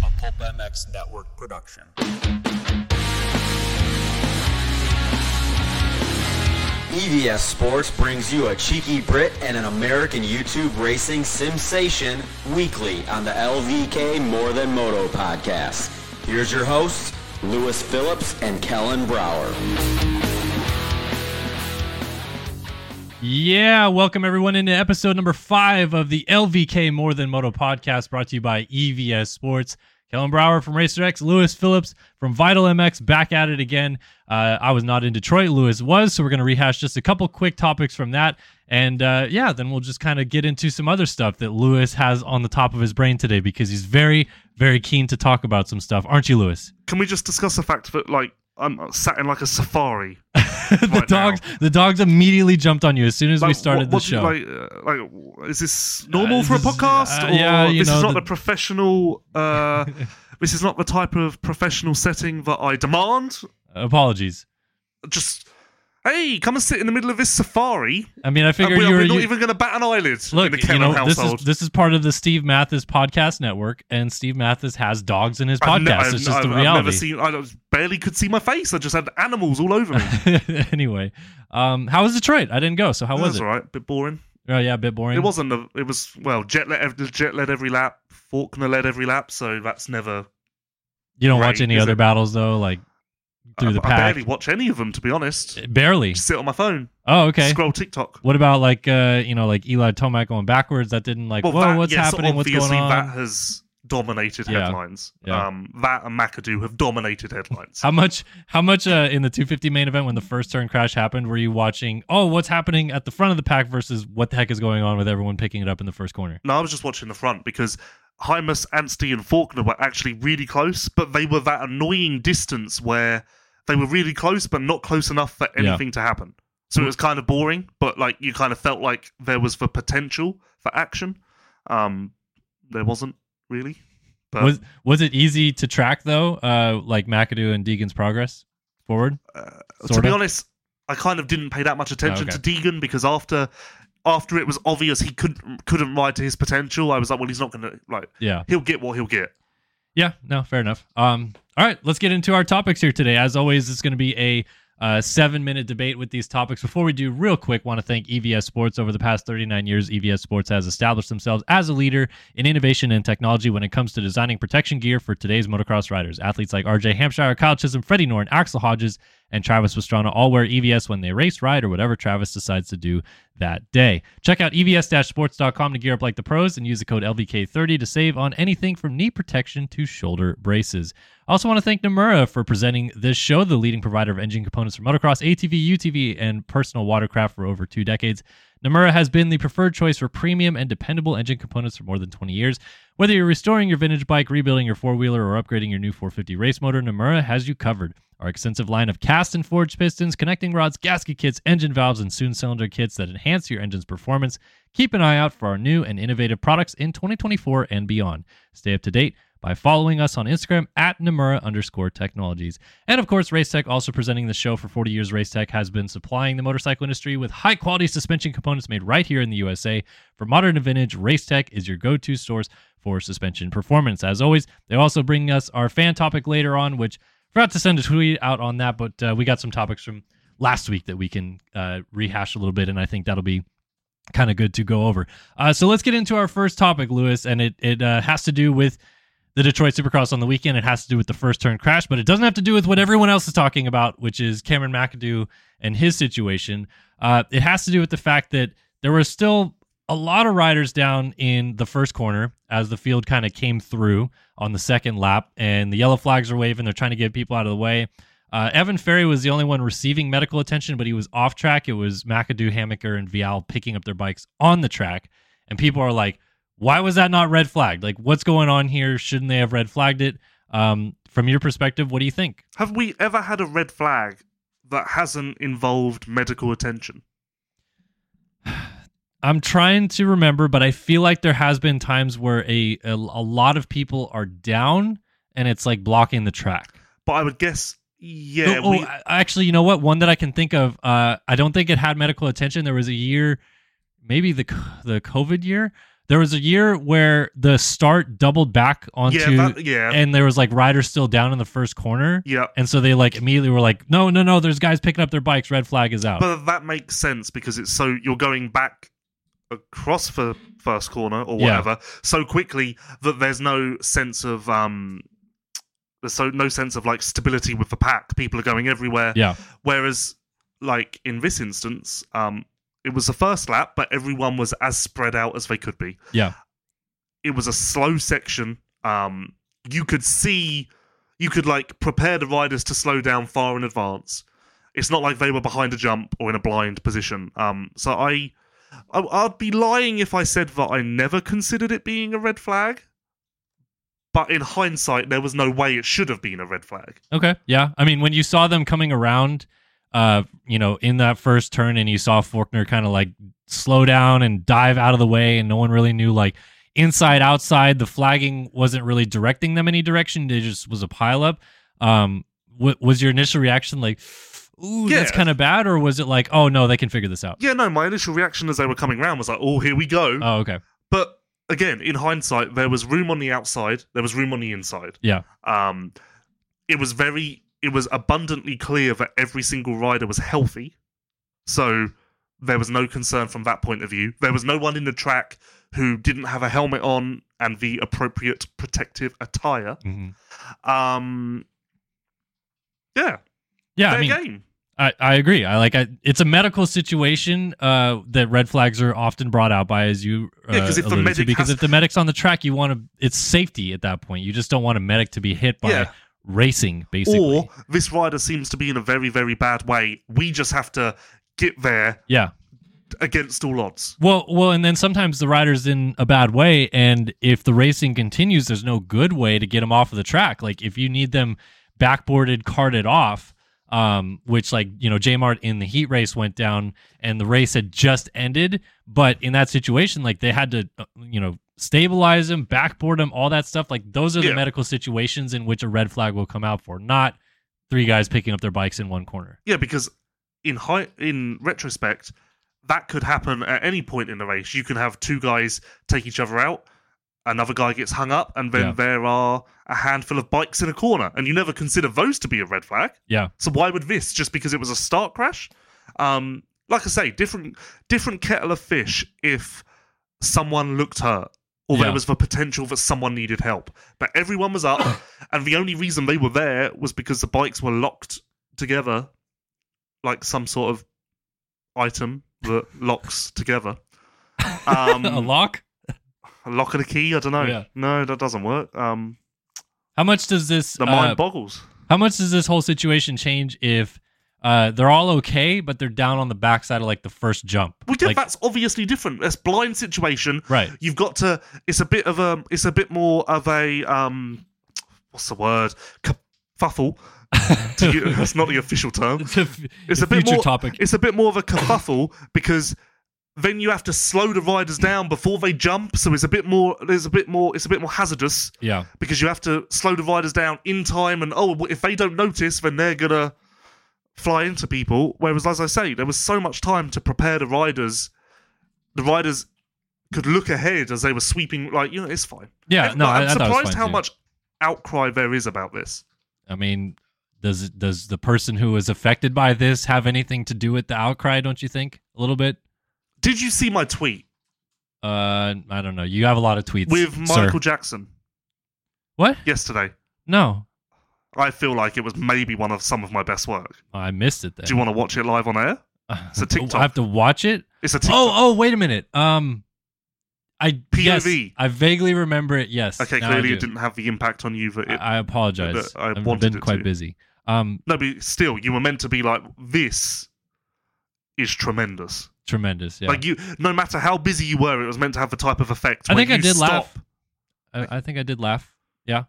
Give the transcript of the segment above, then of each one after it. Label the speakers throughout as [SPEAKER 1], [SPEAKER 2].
[SPEAKER 1] Pulp MX Network production.
[SPEAKER 2] EVS E Sports brings you a cheeky Brit and an American YouTube racing sensation weekly on the LVK More Than Moto podcast. Here's your hosts, Lewis Phillips and Kellen Brower.
[SPEAKER 3] Yeah, welcome everyone into episode number five of the LVK More Than Moto podcast brought to you by EVS Sports. Kellen Brower from Racer X, Lewis Phillips from Vital MX back at it again. Uh, I was not in Detroit, Lewis was, so we're going to rehash just a couple quick topics from that. And uh, yeah, then we'll just kind of get into some other stuff that Lewis has on the top of his brain today because he's very, very keen to talk about some stuff, aren't you, Lewis?
[SPEAKER 4] Can we just discuss the fact that like I'm sat in like a safari?
[SPEAKER 3] the
[SPEAKER 4] right
[SPEAKER 3] dogs,
[SPEAKER 4] now.
[SPEAKER 3] the dogs immediately jumped on you as soon as we
[SPEAKER 4] Like,
[SPEAKER 3] started
[SPEAKER 4] what-
[SPEAKER 3] the show.
[SPEAKER 4] what do you- Like, uh, like, is this normal
[SPEAKER 3] Uh,
[SPEAKER 4] for a
[SPEAKER 3] this is-
[SPEAKER 4] podcast?
[SPEAKER 3] uh,
[SPEAKER 4] or
[SPEAKER 3] yeah, you
[SPEAKER 4] this
[SPEAKER 3] know,
[SPEAKER 4] is not
[SPEAKER 3] the-
[SPEAKER 4] the, professional. Uh, this is not the type of professional setting that I demand.
[SPEAKER 3] Apologies.
[SPEAKER 4] Just hey, come and sit in the middle of this safari.
[SPEAKER 3] I mean, I
[SPEAKER 4] And
[SPEAKER 3] figure
[SPEAKER 4] we're,
[SPEAKER 3] you were
[SPEAKER 4] we're not
[SPEAKER 3] you-
[SPEAKER 4] even going to bat an eyelid in
[SPEAKER 3] look.
[SPEAKER 4] the
[SPEAKER 3] You
[SPEAKER 4] Kellen
[SPEAKER 3] know, this
[SPEAKER 4] household.
[SPEAKER 3] is this is part of the Steve Mathis podcast network, and Steve Mathis has dogs in his
[SPEAKER 4] I've ne-
[SPEAKER 3] podcast.
[SPEAKER 4] I've-
[SPEAKER 3] it's just the
[SPEAKER 4] I've- I've never
[SPEAKER 3] reality.
[SPEAKER 4] seen. I barely could see my face. I just had animals all over me.
[SPEAKER 3] anyway, um, how was Detroit? I didn't go, so how was
[SPEAKER 4] That's
[SPEAKER 3] it?
[SPEAKER 4] all right. Bit boring.
[SPEAKER 3] Oh yeah, a bit boring.
[SPEAKER 4] It wasn't. A, it was well. Jet led. ev- Jet led every lap. Faulkner led every lap. So that's never.
[SPEAKER 3] You don't
[SPEAKER 4] great,
[SPEAKER 3] watch any
[SPEAKER 4] is
[SPEAKER 3] other
[SPEAKER 4] it?
[SPEAKER 3] battles though, like through
[SPEAKER 4] I,
[SPEAKER 3] the
[SPEAKER 4] I
[SPEAKER 3] pack.
[SPEAKER 4] barely watch any of them to be honest.
[SPEAKER 3] Barely.
[SPEAKER 4] Just sit on my phone.
[SPEAKER 3] Oh okay.
[SPEAKER 4] Scroll TikTok.
[SPEAKER 3] What about like uh, you know like Eli Tomac going backwards? That didn't like.
[SPEAKER 4] Well,
[SPEAKER 3] whoa,
[SPEAKER 4] that,
[SPEAKER 3] what's
[SPEAKER 4] yes,
[SPEAKER 3] happening? What's
[SPEAKER 4] obviously
[SPEAKER 3] going on?
[SPEAKER 4] That has dominated
[SPEAKER 3] Yeah.
[SPEAKER 4] headlines.
[SPEAKER 3] Yeah.
[SPEAKER 4] Um, that and McAdoo have dominated headlines.
[SPEAKER 3] How much? How much uh, in the 250 main event when the first turn crash happened? Were you watching? Oh, what's happening at the front of the pack versus what the heck is going on with everyone picking it up in the first corner?
[SPEAKER 4] No, I was just watching the front because Hymus, Anstey, and Faulkner were actually really close, but they were that annoying distance where they were really close, but not close enough for
[SPEAKER 3] Yeah.
[SPEAKER 4] anything to happen. So it was kind of boring, but like you kind of felt like there was the potential for action. Um, there wasn't really. But
[SPEAKER 3] was was it easy to track though? Uh, like McAdoo and Deegan's progress forward.
[SPEAKER 4] uh, to
[SPEAKER 3] sorta? Oh,
[SPEAKER 4] be honest, I kind of didn't pay that much attention
[SPEAKER 3] Okay.
[SPEAKER 4] to Deegan because after after it was obvious he couldn't couldn't ride to his potential, I was like, well, he's not going to like
[SPEAKER 3] Yeah,
[SPEAKER 4] he'll get what he'll get.
[SPEAKER 3] yeah. No, fair enough. Um, all right, let's get into our topics here today. As always, it's going to be a uh, seven minute debate with these topics. Before we do, real quick, want to thank EVS Sports. Over the past 39 years, EVS Sports has established themselves as a leader in innovation and technology when it comes to designing protection gear for today's motocross riders. Athletes like RJ Hampshire, Kyle Chisholm, Freddie Norton, Axel Hodges, and Travis Pastrana all wear EVS when they race, ride, or whatever Travis decides to do that day. Check out E evs-sports.com to gear up like the pros and use the code LVK30 to save on anything from knee protection to shoulder braces. I also want to thank Nomura for presenting this show, the leading provider of engine components for motocross, ATV, UTV, and personal watercraft for over two decades. Nomura has been the preferred choice for premium and dependable engine components for more than 20 years. Whether you're restoring your vintage bike, rebuilding your four wheeler, or upgrading your new 450 race motor, Nomura has you covered. Our extensive line of cast and forged pistons, connecting rods, gasket kits, engine valves, and soon cylinder kits that enhance your engine's performance. Keep an eye out for our new and innovative products in 2024 and beyond. Stay up to date by following us on Instagram at Nomura underscore technologies. And of course, Race Tech, also presenting the show for 40 years, Race Tech has been supplying the motorcycle industry with high quality suspension components made right here in the USA. For modern and vintage, Race Tech is your go to source for suspension performance. As always, they also bring us our fan topic later on, which forgot to send a tweet out on that, but uh, we got some topics from last week that we can uh, rehash a little bit, and I think that'll be kind of good to go over. Uh, so let's get into our first topic, Lewis, and it it uh, has to do with the Detroit Supercross on the weekend. It has to do with the first turn crash, but it doesn't have to do with what everyone else is talking about, which is Cameron McAdoo and his situation. Uh, it has to do with the fact that there were still a lot of riders down in the first corner as the field kind of came through on the second lap, and the yellow flags are waving. They're trying to get people out of the way. Uh, Evan Ferry was the only one receiving medical attention, but he was off track. It was McAdoo, Hamaker, and Vial picking up their bikes on the track. And people are like, why was that not red flagged? Like, what's going on here? Shouldn't they have red flagged it? Um, from your perspective, what do you think?
[SPEAKER 4] Have we ever had a red flag that hasn't involved medical attention?
[SPEAKER 3] I'm trying to remember, but I feel like there has been times where a, a, a lot of people are down and it's like blocking the track.
[SPEAKER 4] But I would guess, yeah,
[SPEAKER 3] oh, oh,
[SPEAKER 4] we,
[SPEAKER 3] a- actually, you know what? One that I can think of. Uh, I don't think it had medical attention. There was a year, maybe the c- the COVID year. There was a year where the start doubled back onto,
[SPEAKER 4] yeah, that, yeah,
[SPEAKER 3] and there was like riders still down in the first corner,
[SPEAKER 4] yeah.
[SPEAKER 3] and so they like immediately were like, no, no, no, there's guys picking up their bikes. Red flag is out.
[SPEAKER 4] But that makes sense because it's so you're going back across the first corner or
[SPEAKER 3] Yeah.
[SPEAKER 4] whatever so quickly that there's no sense of um there's so no sense of like stability with the pack. People are going everywhere.
[SPEAKER 3] yeah,
[SPEAKER 4] Whereas like in this instance, um it was the first lap, but everyone was as spread out as they could be.
[SPEAKER 3] yeah,
[SPEAKER 4] It was a slow section. Um you could see you could like prepare the riders to slow down far in advance. It's not like they were behind a jump or in a blind position. Um so I I- I'd be lying if I said that I never considered it being a red flag. But in hindsight, there was no way it should have been a red flag.
[SPEAKER 3] okay, yeah. I mean, when you saw them coming around, uh, you know, in that first turn, and you saw Faulkner kind of like slow down and dive out of the way, and no one really knew like inside outside. The flagging wasn't really directing them any direction. It just was a pileup. Um, wa- was your initial reaction like, ooh, that's
[SPEAKER 4] Yeah.
[SPEAKER 3] kind of bad, or was it like, oh no, they can figure this out?
[SPEAKER 4] Yeah, no, my initial reaction as they were coming round was like, oh, here we go.
[SPEAKER 3] Oh, okay,
[SPEAKER 4] but again, in hindsight, there was room on the outside, there was room on the inside.
[SPEAKER 3] yeah,
[SPEAKER 4] Um, it was very, it was abundantly clear that every single rider was healthy. So there was no concern from that point of view. There was no one in the track who didn't have a helmet on and the appropriate protective attire.
[SPEAKER 3] Mhm.
[SPEAKER 4] Um, yeah,
[SPEAKER 3] yeah.
[SPEAKER 4] fair
[SPEAKER 3] I mean,
[SPEAKER 4] game.
[SPEAKER 3] I, I agree. I like I, it's a medical situation uh, that red flags are often brought out by, as you uh,
[SPEAKER 4] Yeah, 'cause if the
[SPEAKER 3] alluded to,
[SPEAKER 4] medic
[SPEAKER 3] because
[SPEAKER 4] has-
[SPEAKER 3] if the medic's on the track, you want to it's safety at that point. You just don't want a medic to be hit by
[SPEAKER 4] Yeah.
[SPEAKER 3] racing, basically.
[SPEAKER 4] Or this rider seems to be in a very, very bad way. We just have to get there
[SPEAKER 3] yeah.
[SPEAKER 4] against all odds.
[SPEAKER 3] Well, well, and then sometimes the rider's in a bad way, and if the racing continues, there's no good way to get them off of the track. Like if you need them backboarded, carted off, um, which like you know, J Mart in the heat race went down, and the race had just ended, but in that situation, like they had to, uh, you know, stabilize him, backboard him, all that stuff. Like those are the
[SPEAKER 4] Yeah.
[SPEAKER 3] medical situations in which a red flag will come out for, not three guys picking up their bikes in one corner.
[SPEAKER 4] Yeah, because in high, in retrospect, that could happen at any point in the race. You can have two guys take each other out, another guy gets hung up, and then
[SPEAKER 3] Yeah.
[SPEAKER 4] there are a handful of bikes in a corner, and you never consider those to be a red flag.
[SPEAKER 3] Yeah,
[SPEAKER 4] So why would this? Just because it was a start crash? Um, like I say, different different kettle of fish. If someone looked hurt, or
[SPEAKER 3] Yeah.
[SPEAKER 4] there was the potential that someone needed help, but everyone was up, and the only reason they were there was because the bikes were locked together, like some sort of item that locks together. Um,
[SPEAKER 3] a lock.
[SPEAKER 4] a lock and a key. I don't know.
[SPEAKER 3] Yeah.
[SPEAKER 4] No, that doesn't work. Um,
[SPEAKER 3] How much does this
[SPEAKER 4] the
[SPEAKER 3] uh,
[SPEAKER 4] mind boggles.
[SPEAKER 3] How much does this whole situation change if uh, they're all okay, but they're down on the backside of like the first jump?
[SPEAKER 4] Well, yeah,
[SPEAKER 3] Like-
[SPEAKER 4] that's obviously different. That's blind situation.
[SPEAKER 3] right.
[SPEAKER 4] you've got to it's a bit of a it's a bit more of a um what's the word kerfuffle to you, that's not the official term
[SPEAKER 3] It's a, f-
[SPEAKER 4] it's
[SPEAKER 3] a
[SPEAKER 4] a bit
[SPEAKER 3] future
[SPEAKER 4] more-
[SPEAKER 3] topic.
[SPEAKER 4] it's a bit more of a kerfuffle because then you have to slow the riders down before they jump so it's a bit more there's a bit more it's a bit more hazardous
[SPEAKER 3] Yeah.
[SPEAKER 4] because you have to slow the riders down in time and oh well, if they don't notice then they're gonna fly into people whereas as i say there was so much time to prepare the riders the riders could look ahead as they were sweeping like you know it's fine
[SPEAKER 3] Yeah. No, I, I thought it
[SPEAKER 4] i'm
[SPEAKER 3] was
[SPEAKER 4] surprised
[SPEAKER 3] fine,
[SPEAKER 4] how
[SPEAKER 3] too.
[SPEAKER 4] much outcry there is about this
[SPEAKER 3] I mean, does it- does the person who is affected by this have anything to do with the outcry? Don't you think a little bit?
[SPEAKER 4] did you see my tweet
[SPEAKER 3] Uh, I don't know. You have a lot of tweets
[SPEAKER 4] with
[SPEAKER 3] sir.
[SPEAKER 4] michael jackson
[SPEAKER 3] What?
[SPEAKER 4] yesterday
[SPEAKER 3] No,
[SPEAKER 4] i feel like it was maybe one of some of my best work
[SPEAKER 3] Oh, I missed it. Then Oh,
[SPEAKER 4] do you want to watch it live on air it's a
[SPEAKER 3] I
[SPEAKER 4] TikTok.
[SPEAKER 3] have to watch it.
[SPEAKER 4] it's a tiktok
[SPEAKER 3] Oh, oh, wait a minute. Um, I yes,
[SPEAKER 4] POV.
[SPEAKER 3] I vaguely remember it. Yes.
[SPEAKER 4] okay
[SPEAKER 3] now oh, I
[SPEAKER 4] clearly
[SPEAKER 3] do.
[SPEAKER 4] it didn't have the impact on you that it
[SPEAKER 3] I I apologize.
[SPEAKER 4] I
[SPEAKER 3] I've
[SPEAKER 4] wanted
[SPEAKER 3] been
[SPEAKER 4] it
[SPEAKER 3] quite
[SPEAKER 4] to.
[SPEAKER 3] busy. Um,
[SPEAKER 4] No, but still, you were meant to be like, this is tremendous.
[SPEAKER 3] tremendous. Yeah,
[SPEAKER 4] Like you, no matter how busy you were, it was meant to have the type of effect.
[SPEAKER 3] I
[SPEAKER 4] where
[SPEAKER 3] think I
[SPEAKER 4] you
[SPEAKER 3] did
[SPEAKER 4] stop.
[SPEAKER 3] laugh. I, I think I did laugh. Yeah.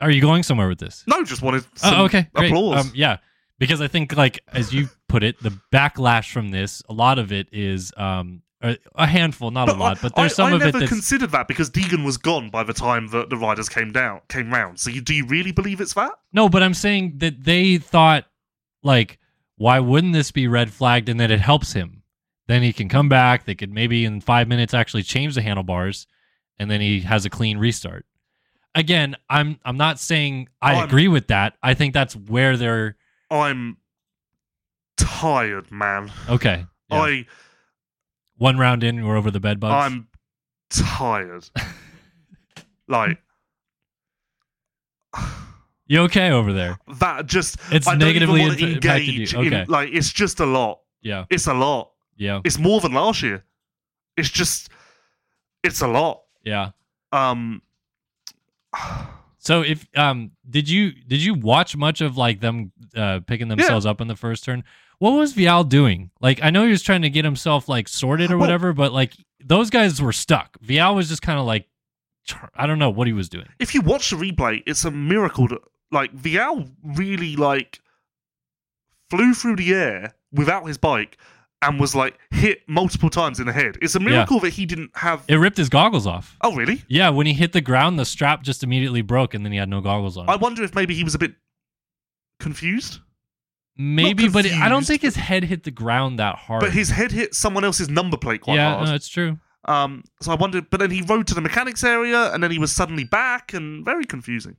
[SPEAKER 3] Are you going somewhere with this?
[SPEAKER 4] No, just wanted some
[SPEAKER 3] Oh, okay. Great.
[SPEAKER 4] applause.
[SPEAKER 3] Um, yeah, because I think, like as you put it, the backlash from this, a lot of it is um a, a handful, not a lot,
[SPEAKER 4] I-
[SPEAKER 3] but there's
[SPEAKER 4] I,
[SPEAKER 3] some
[SPEAKER 4] I
[SPEAKER 3] of it
[SPEAKER 4] never
[SPEAKER 3] that's
[SPEAKER 4] considered that because Deegan was gone by the time that the riders came down, came round. So you, do you really believe it's that?
[SPEAKER 3] no. But I'm saying that they thought like, why wouldn't this be red flagged, and that it helps him. Then he can come back. They could maybe in five minutes actually change the handlebars. and then he has a clean restart. Again, I'm I'm not saying I
[SPEAKER 4] Oh, I'm-
[SPEAKER 3] agree with that. I think that's where they're
[SPEAKER 4] I'm tired, man.
[SPEAKER 3] okay. Yeah.
[SPEAKER 4] I
[SPEAKER 3] One round in, we're over the bed bugs.
[SPEAKER 4] I'm tired. like
[SPEAKER 3] you okay over there?
[SPEAKER 4] that just
[SPEAKER 3] It's
[SPEAKER 4] I don't
[SPEAKER 3] negatively
[SPEAKER 4] even want to
[SPEAKER 3] imp- impacted you.
[SPEAKER 4] engage
[SPEAKER 3] Okay.
[SPEAKER 4] in like it's just a lot.
[SPEAKER 3] Yeah,
[SPEAKER 4] It's a lot.
[SPEAKER 3] yeah,
[SPEAKER 4] It's more than last year. It's just it's a lot.
[SPEAKER 3] yeah.
[SPEAKER 4] Um
[SPEAKER 3] So if um, did you did you watch much of like them uh, picking themselves up in the first turn? What was Vial doing? Like I know he was trying to get himself like sorted or
[SPEAKER 4] Well-
[SPEAKER 3] whatever, but like those guys were stuck. Vial was just kind of like tr- I don't know what he was doing.
[SPEAKER 4] if you watch the replay, it's a miracle that like Vial really like flew through the air without his bike and was like hit multiple times in the head. It's a miracle that he didn't have
[SPEAKER 3] It ripped his goggles off.
[SPEAKER 4] Oh really?
[SPEAKER 3] Yeah, when he hit the ground, the strap just immediately broke, and then he had no goggles on.
[SPEAKER 4] I wonder if maybe he was a bit confused.
[SPEAKER 3] Maybe, but I don't
[SPEAKER 4] confused.
[SPEAKER 3] think his head hit the ground that hard.
[SPEAKER 4] But his head hit someone else's number plate quite
[SPEAKER 3] yeah,
[SPEAKER 4] hard.
[SPEAKER 3] no, it's true.
[SPEAKER 4] Um, so I wondered, but then he rode to the mechanics area, and then he was suddenly back, and very confusing.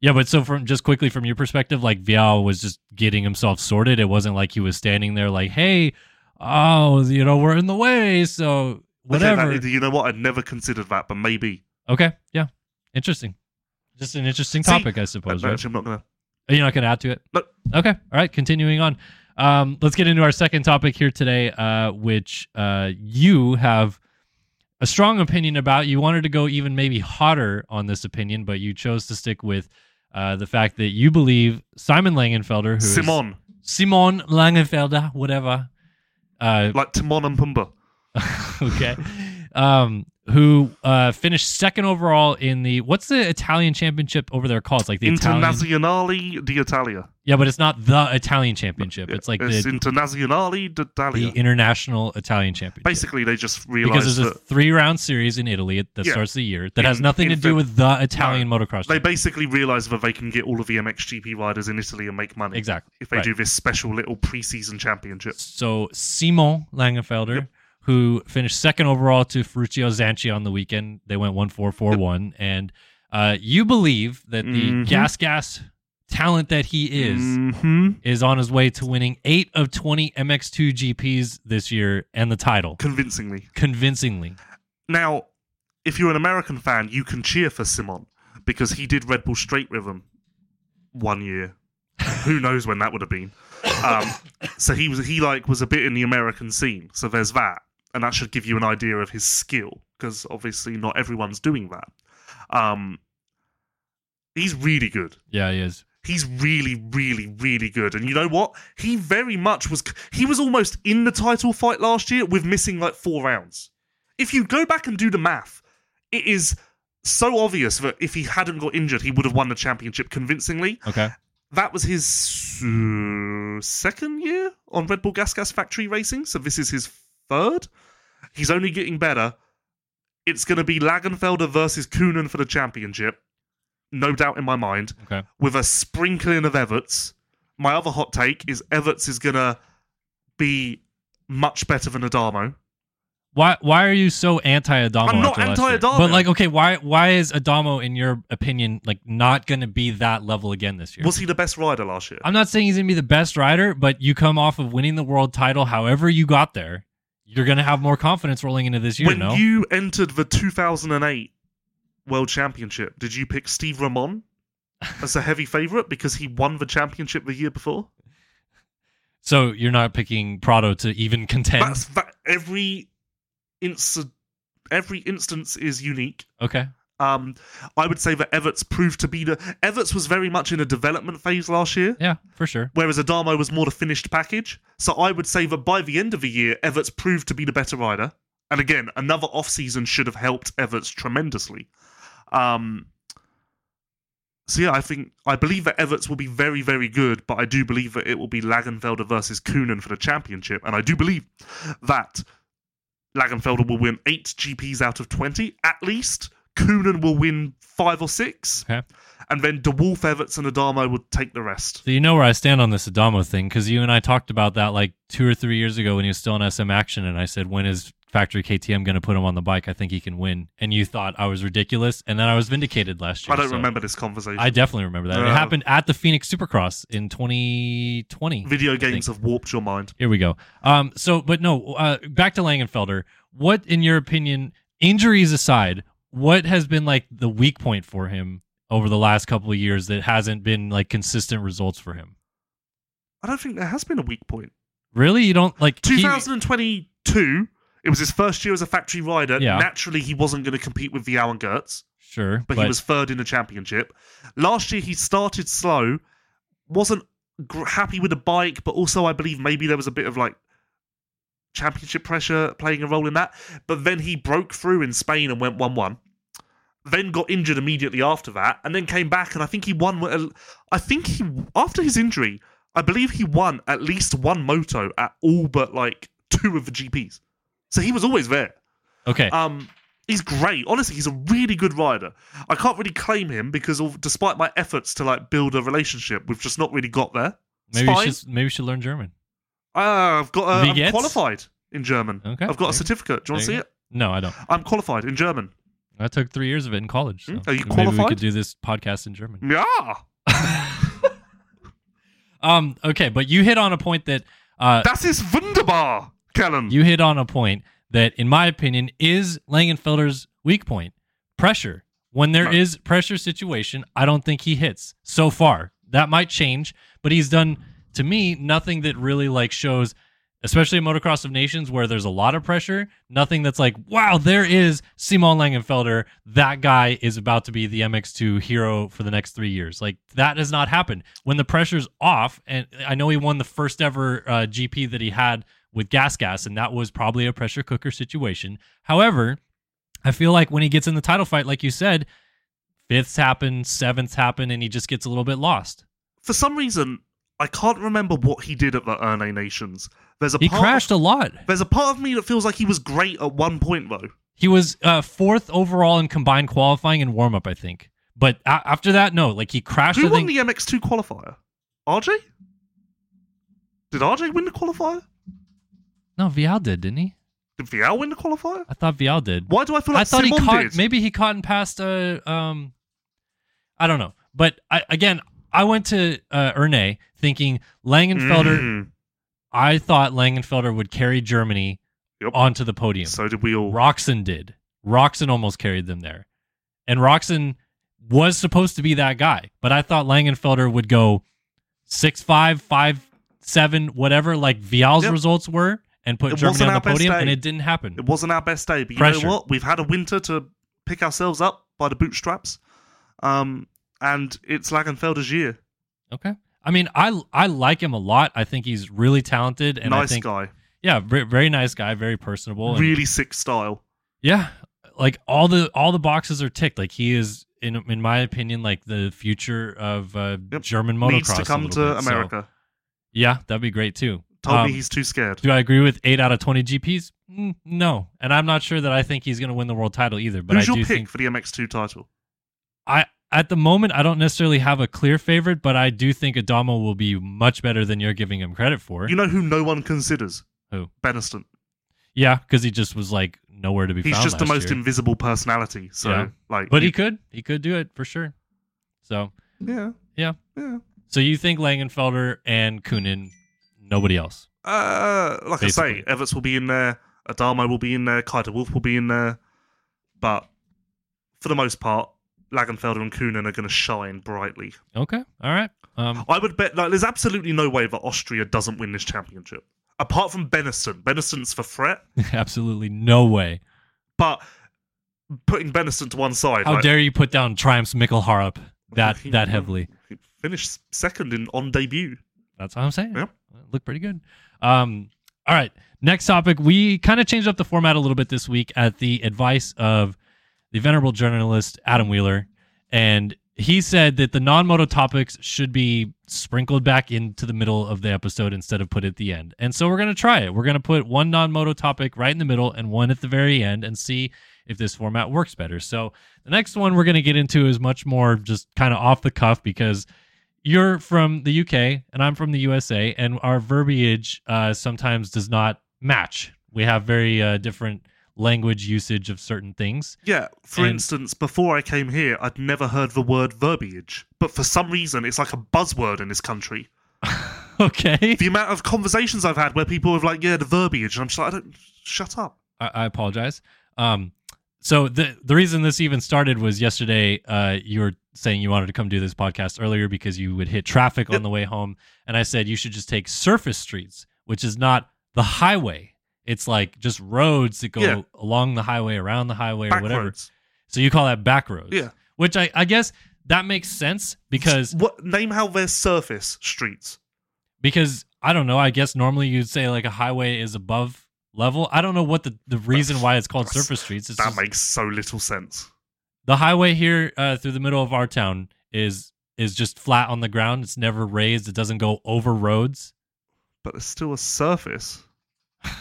[SPEAKER 3] Yeah, but so from just quickly from your perspective, like Vial was just getting himself sorted. It wasn't like he was standing there like, "Hey, oh, you know, we're in the way, so
[SPEAKER 4] Okay, that-
[SPEAKER 3] whatever." Okay,
[SPEAKER 4] you know what? I'd never considered that, but maybe.
[SPEAKER 3] yeah, interesting. Just an interesting
[SPEAKER 4] See,
[SPEAKER 3] topic, I
[SPEAKER 4] But
[SPEAKER 3] suppose. Right?
[SPEAKER 4] actually, I'm not gonna.
[SPEAKER 3] Are you not going to add to it?
[SPEAKER 4] Look.
[SPEAKER 3] Okay. All right. Continuing on. Um, let's get into our second topic here today, uh, which uh, you have a strong opinion about. You wanted to go even maybe hotter on this opinion, but you chose to stick with uh, the fact that you believe Simon Langenfelder, who is-
[SPEAKER 4] Simon,
[SPEAKER 3] Simon Langenfelder, whatever. Uh,
[SPEAKER 4] like Timon and Pumbaa.
[SPEAKER 3] okay. Um, who uh, finished second overall in the what's the Italian championship over there called? It's like the Italian
[SPEAKER 4] Internazionale d'Italia.
[SPEAKER 3] Yeah, but it's not the Italian championship. It's like
[SPEAKER 4] It's
[SPEAKER 3] the,
[SPEAKER 4] Internazionale
[SPEAKER 3] the
[SPEAKER 4] d'Italia.
[SPEAKER 3] international Italian championship.
[SPEAKER 4] Basically, they just
[SPEAKER 3] because
[SPEAKER 4] realized
[SPEAKER 3] there's a
[SPEAKER 4] that
[SPEAKER 3] three round series in Italy that
[SPEAKER 4] Yeah.
[SPEAKER 3] starts the year that has
[SPEAKER 4] In-
[SPEAKER 3] nothing to
[SPEAKER 4] in
[SPEAKER 3] do
[SPEAKER 4] Feb-
[SPEAKER 3] with the Italian motocross.
[SPEAKER 4] they
[SPEAKER 3] championship.
[SPEAKER 4] basically realized that they can get all of the MXGP riders in Italy and make money
[SPEAKER 3] exactly.
[SPEAKER 4] if they
[SPEAKER 3] right.
[SPEAKER 4] do this special little preseason championship.
[SPEAKER 3] So Simon Langenfelder, who finished second overall to Ferruccio Zanchi on the weekend, they went one four four one, and uh, you believe that the
[SPEAKER 4] Mhm.
[SPEAKER 3] gas gas talent that he is
[SPEAKER 4] Mhm.
[SPEAKER 3] is on his way to winning eight of twenty MX2 GPs this year and the title
[SPEAKER 4] convincingly.
[SPEAKER 3] convincingly.
[SPEAKER 4] Now, if you're an American fan, you can cheer for Simon because he did Red Bull straight with him one year. Who knows when that would have been? Um, so he was he like was a bit in the American scene. So there's that, and that should give you an idea of his skill because obviously not everyone's doing that. Um, he's really good.
[SPEAKER 3] Yeah, he is.
[SPEAKER 4] He's really, really, really good. And you know what? He very much was. He was almost in the title fight last year with missing like four rounds. If you go back and do the math, it is so obvious that if he hadn't got injured, he would have won the championship convincingly.
[SPEAKER 3] Okay.
[SPEAKER 4] That was his uh, second year on Red Bull Gas Gas Factory Racing, so this is his third. He's only getting better. It's going to be Lagenfelder versus Kuhnen for the championship, no doubt in my mind
[SPEAKER 3] Okay.
[SPEAKER 4] with a sprinkling of Everts. My other hot take is Everts is gonna be much better than Adamo.
[SPEAKER 3] Why why are you so anti Adamo?
[SPEAKER 4] I'm not anti-Adamo.
[SPEAKER 3] But like, okay, why why is Adamo, in your opinion, like not going to be that level again this year?
[SPEAKER 4] Was he the best rider last year?
[SPEAKER 3] I'm not saying he's going to be the best rider, but you come off of winning the world title. However, you got there, you're going to have more confidence rolling into this year.
[SPEAKER 4] when
[SPEAKER 3] no,
[SPEAKER 4] you entered the 2008 World Championship, did you pick Steve Ramon as a heavy favorite because he won the championship the year before?
[SPEAKER 3] so you're not picking Prado to even contend.
[SPEAKER 4] That's that every incident, every instance is unique.
[SPEAKER 3] okay,
[SPEAKER 4] Um, I would say that Everts proved to be the Everts was very much in a development phase last year.
[SPEAKER 3] yeah, for sure.
[SPEAKER 4] whereas Adamo was more the finished package. So I would say that by the end of the year, Everts proved to be the better rider. And again, another off-season should have helped Everts tremendously. Um, so yeah, I think I believe that Everts will be very, very good, but I do believe that it will be Lagenfelder versus Kuhnen for the championship, and I do believe that Lagenfelder will win eight GPs out of twenty at least. Kuhnen will win five or six,
[SPEAKER 3] Okay.
[SPEAKER 4] and then DeWolf, Everts, and Adamo will take the rest.
[SPEAKER 3] So you know where I stand on this Adamo thing because you and I talked about that like two or three years ago when he was still in SM Action, and I said, when is factory KTM going to put him on the bike. I think he can win. And you thought I was ridiculous, and then I was vindicated last year.
[SPEAKER 4] I don't
[SPEAKER 3] so
[SPEAKER 4] remember this conversation.
[SPEAKER 3] I definitely remember that. It
[SPEAKER 4] Uh,
[SPEAKER 3] happened at the Phoenix Supercross in 2020.
[SPEAKER 4] Video
[SPEAKER 3] think.
[SPEAKER 4] games have warped your mind.
[SPEAKER 3] Here we go. Um, so, but no, uh, back to Langenfelder. What, in your opinion, injuries aside, what has been like the weak point for him over the last couple of years that hasn't been like consistent results for him?
[SPEAKER 4] I don't think there has been a weak point.
[SPEAKER 3] Really, you don't like he-
[SPEAKER 4] 2022, it was his first year as a factory rider.
[SPEAKER 3] Yeah.
[SPEAKER 4] Naturally, he wasn't going to compete with the Alan Gertz,
[SPEAKER 3] sure,
[SPEAKER 4] but, he was third in the championship. Last year, he started slow, wasn't gr- happy with the bike, but also, I believe, maybe there was a bit of like championship pressure playing a role in that. But then he broke through in Spain and went 1 1. Then got injured immediately after that, and then came back, and I think he won. with a- I think he after his injury, I believe he won at least one moto at all but like two of the GPS. So he was always there.
[SPEAKER 3] okay.
[SPEAKER 4] Um, he's great. Honestly, he's a really good rider. I can't really claim him because, of, despite my efforts to like build a relationship, we've just not really got there. It's
[SPEAKER 3] maybe you
[SPEAKER 4] fine.
[SPEAKER 3] should maybe you should learn German.
[SPEAKER 4] Uh, I've got. Uh,
[SPEAKER 3] Wie
[SPEAKER 4] I'm
[SPEAKER 3] geht's?
[SPEAKER 4] qualified in German.
[SPEAKER 3] Okay,
[SPEAKER 4] I've got
[SPEAKER 3] there-
[SPEAKER 4] a certificate. Do you want to
[SPEAKER 3] there
[SPEAKER 4] see
[SPEAKER 3] you
[SPEAKER 4] it?
[SPEAKER 3] No, I don't.
[SPEAKER 4] I'm qualified in German.
[SPEAKER 3] I took three years of it in college. So
[SPEAKER 4] Hmm? Are you
[SPEAKER 3] Maybe we
[SPEAKER 4] qualified?
[SPEAKER 3] could do this podcast in German.
[SPEAKER 4] Yeah.
[SPEAKER 3] Um, okay, but you hit on a point that uh,
[SPEAKER 4] Das ist wunderbar, Kellen.
[SPEAKER 3] you hit on a point that, in my opinion, is Langenfelder's weak point: pressure. When there
[SPEAKER 4] No.
[SPEAKER 3] is pressure situation, I don't think he hits so far. That might change, but he's done to me nothing that really like shows, especially in motocross of nations where there's a lot of pressure. Nothing that's like, wow, there is Simon Langenfelder. That guy is about to be the MX2 hero for the next three years. Like that has not happened. When the pressure's off, and I know he won the first ever uh, GP that he had with Gas Gas, and that was probably a pressure cooker situation. However, I feel like when he gets in the title fight, like you said, fifths happen, sevenths happen, and he just gets a little bit lost.
[SPEAKER 4] For some reason, I can't remember what he did at the Erne Nations. There's a
[SPEAKER 3] He
[SPEAKER 4] part
[SPEAKER 3] crashed a lot.
[SPEAKER 4] There's a part of me that feels like he was great at one point though.
[SPEAKER 3] He was uh, fourth overall in combined qualifying and warm up, I think. But a- after that, no, like he crashed.
[SPEAKER 4] Who
[SPEAKER 3] I
[SPEAKER 4] won
[SPEAKER 3] think-
[SPEAKER 4] the MX2 qualifier? RJ? Did RJ win the qualifier?
[SPEAKER 3] no, Vial did, didn't he?
[SPEAKER 4] Did VL win the qualifier?
[SPEAKER 3] I thought Vial did.
[SPEAKER 4] Why do I feel like
[SPEAKER 3] I thought
[SPEAKER 4] Simon
[SPEAKER 3] he caught.
[SPEAKER 4] did?
[SPEAKER 3] Maybe he caught and passed. Uh, um, I don't know. But I, again, I went to uh, Erne thinking Langenfelder.
[SPEAKER 4] Mm,
[SPEAKER 3] I thought Langenfelder would carry Germany
[SPEAKER 4] Yep.
[SPEAKER 3] onto the podium.
[SPEAKER 4] So did we all.
[SPEAKER 3] Roxon did. Roxon almost carried them there. And Roxon was supposed to be that guy, but I thought Langenfelder would go six five, five seven, whatever, like Vial's
[SPEAKER 4] Yep.
[SPEAKER 3] results were, and put
[SPEAKER 4] It
[SPEAKER 3] Germany
[SPEAKER 4] wasn't
[SPEAKER 3] on the
[SPEAKER 4] our best
[SPEAKER 3] podium,
[SPEAKER 4] day.
[SPEAKER 3] and it didn't happen.
[SPEAKER 4] It wasn't our best day, but you
[SPEAKER 3] Pressure.
[SPEAKER 4] know what? We've had a winter to pick ourselves up by the bootstraps. Um, and it's Lagenfelder's year.
[SPEAKER 3] Okay. I mean, I I like him a lot. I think he's really talented, and I
[SPEAKER 4] nice
[SPEAKER 3] think
[SPEAKER 4] guy.
[SPEAKER 3] yeah, very, very nice guy, very personable. and-
[SPEAKER 4] Really sick style.
[SPEAKER 3] Yeah, like all the all the boxes are ticked. Like he is, in in my opinion, like the future of uh,
[SPEAKER 4] Yep.
[SPEAKER 3] German motocross.
[SPEAKER 4] Needs to
[SPEAKER 3] a
[SPEAKER 4] come
[SPEAKER 3] little
[SPEAKER 4] to
[SPEAKER 3] bit. So,
[SPEAKER 4] America.
[SPEAKER 3] yeah, that'd be great too.
[SPEAKER 4] Told me
[SPEAKER 3] Um,
[SPEAKER 4] he's too scared.
[SPEAKER 3] do I agree with eight out of twenty GPS? Mm, no, and I'm not sure that I think he's going to win the world title either. But
[SPEAKER 4] Who's
[SPEAKER 3] I
[SPEAKER 4] your
[SPEAKER 3] do
[SPEAKER 4] pick
[SPEAKER 3] think
[SPEAKER 4] for the MX2 title?
[SPEAKER 3] I at the moment I don't necessarily have a clear favorite, but I do think Adamo will be much better than you're giving him credit for.
[SPEAKER 4] You know who no one considers?
[SPEAKER 3] Who?
[SPEAKER 4] Beniston.
[SPEAKER 3] yeah, because he just was like nowhere to be
[SPEAKER 4] He's
[SPEAKER 3] found.
[SPEAKER 4] just the
[SPEAKER 3] last
[SPEAKER 4] most
[SPEAKER 3] year.
[SPEAKER 4] invisible personality. So,
[SPEAKER 3] Yeah.
[SPEAKER 4] like,
[SPEAKER 3] but he could, he could do it for sure. So
[SPEAKER 4] yeah,
[SPEAKER 3] yeah.
[SPEAKER 4] yeah.
[SPEAKER 3] So you think Langenfelder and Kunin, nobody else?
[SPEAKER 4] Uh, like I
[SPEAKER 3] Basically.
[SPEAKER 4] say, Everts will be in there. Adamo will be in there. Kaida Wolf will be in there. But for the most part, Lagenfelder and Kunin are going to shine brightly.
[SPEAKER 3] Okay, all right. Um,
[SPEAKER 4] I would bet like there's absolutely no way that Austria doesn't win this championship, apart from Beniston. Beniston's for threat,
[SPEAKER 3] absolutely no way.
[SPEAKER 4] but putting Beniston to one side,
[SPEAKER 3] How
[SPEAKER 4] like,
[SPEAKER 3] dare you put down Triumph's Mikkel Harup that that heavily?
[SPEAKER 4] he finished second in on debut.
[SPEAKER 3] That's what I'm saying.
[SPEAKER 4] Yep.
[SPEAKER 3] Look pretty good. Um, all right. Next topic. We kind of changed up the format a little bit this week at the advice of the venerable journalist Adam Wheeler. And he said that the non moto topics should be sprinkled back into the middle of the episode instead of put at the end. And so we're going to try it. We're going to put one non moto topic right in the middle and one at the very end and see if this format works better. So the next one we're going to get into is much more just kind of off the cuff because you're from the UK and I'm from the USA, and our verbiage uh, sometimes does not match. we have very uh, different language usage of certain things.
[SPEAKER 4] Yeah, for
[SPEAKER 3] And-
[SPEAKER 4] instance, before I came here, I'd never heard the word verbiage, but for some reason, it's like a buzzword in this country.
[SPEAKER 3] Okay.
[SPEAKER 4] The amount of conversations I've had where people have like, yeah, the verbiage, and I'm just like, I don't, shut up.
[SPEAKER 3] I, I apologize. Um, so the the reason this even started was yesterday. Uh, you were saying you wanted to come do this podcast earlier because you would hit traffic on
[SPEAKER 4] Yep.
[SPEAKER 3] the way home, and I said you should just take surface streets, which is not the highway. It's like just roads that go
[SPEAKER 4] Yeah.
[SPEAKER 3] along the highway, around the highway, or whatever.
[SPEAKER 4] Backwards.
[SPEAKER 3] So you call that back roads.
[SPEAKER 4] Yeah.
[SPEAKER 3] Which I, I guess that makes sense because
[SPEAKER 4] What name how they're surface streets?
[SPEAKER 3] because I don't know. I guess normally you'd say like a highway is above level. I don't know what the, the reason why it's called
[SPEAKER 4] That's-
[SPEAKER 3] surface streets. It's
[SPEAKER 4] That
[SPEAKER 3] just-
[SPEAKER 4] makes so little sense.
[SPEAKER 3] the highway here uh, through the middle of our town is is just flat on the ground. It's never raised. It doesn't go over roads.
[SPEAKER 4] But it's still a surface.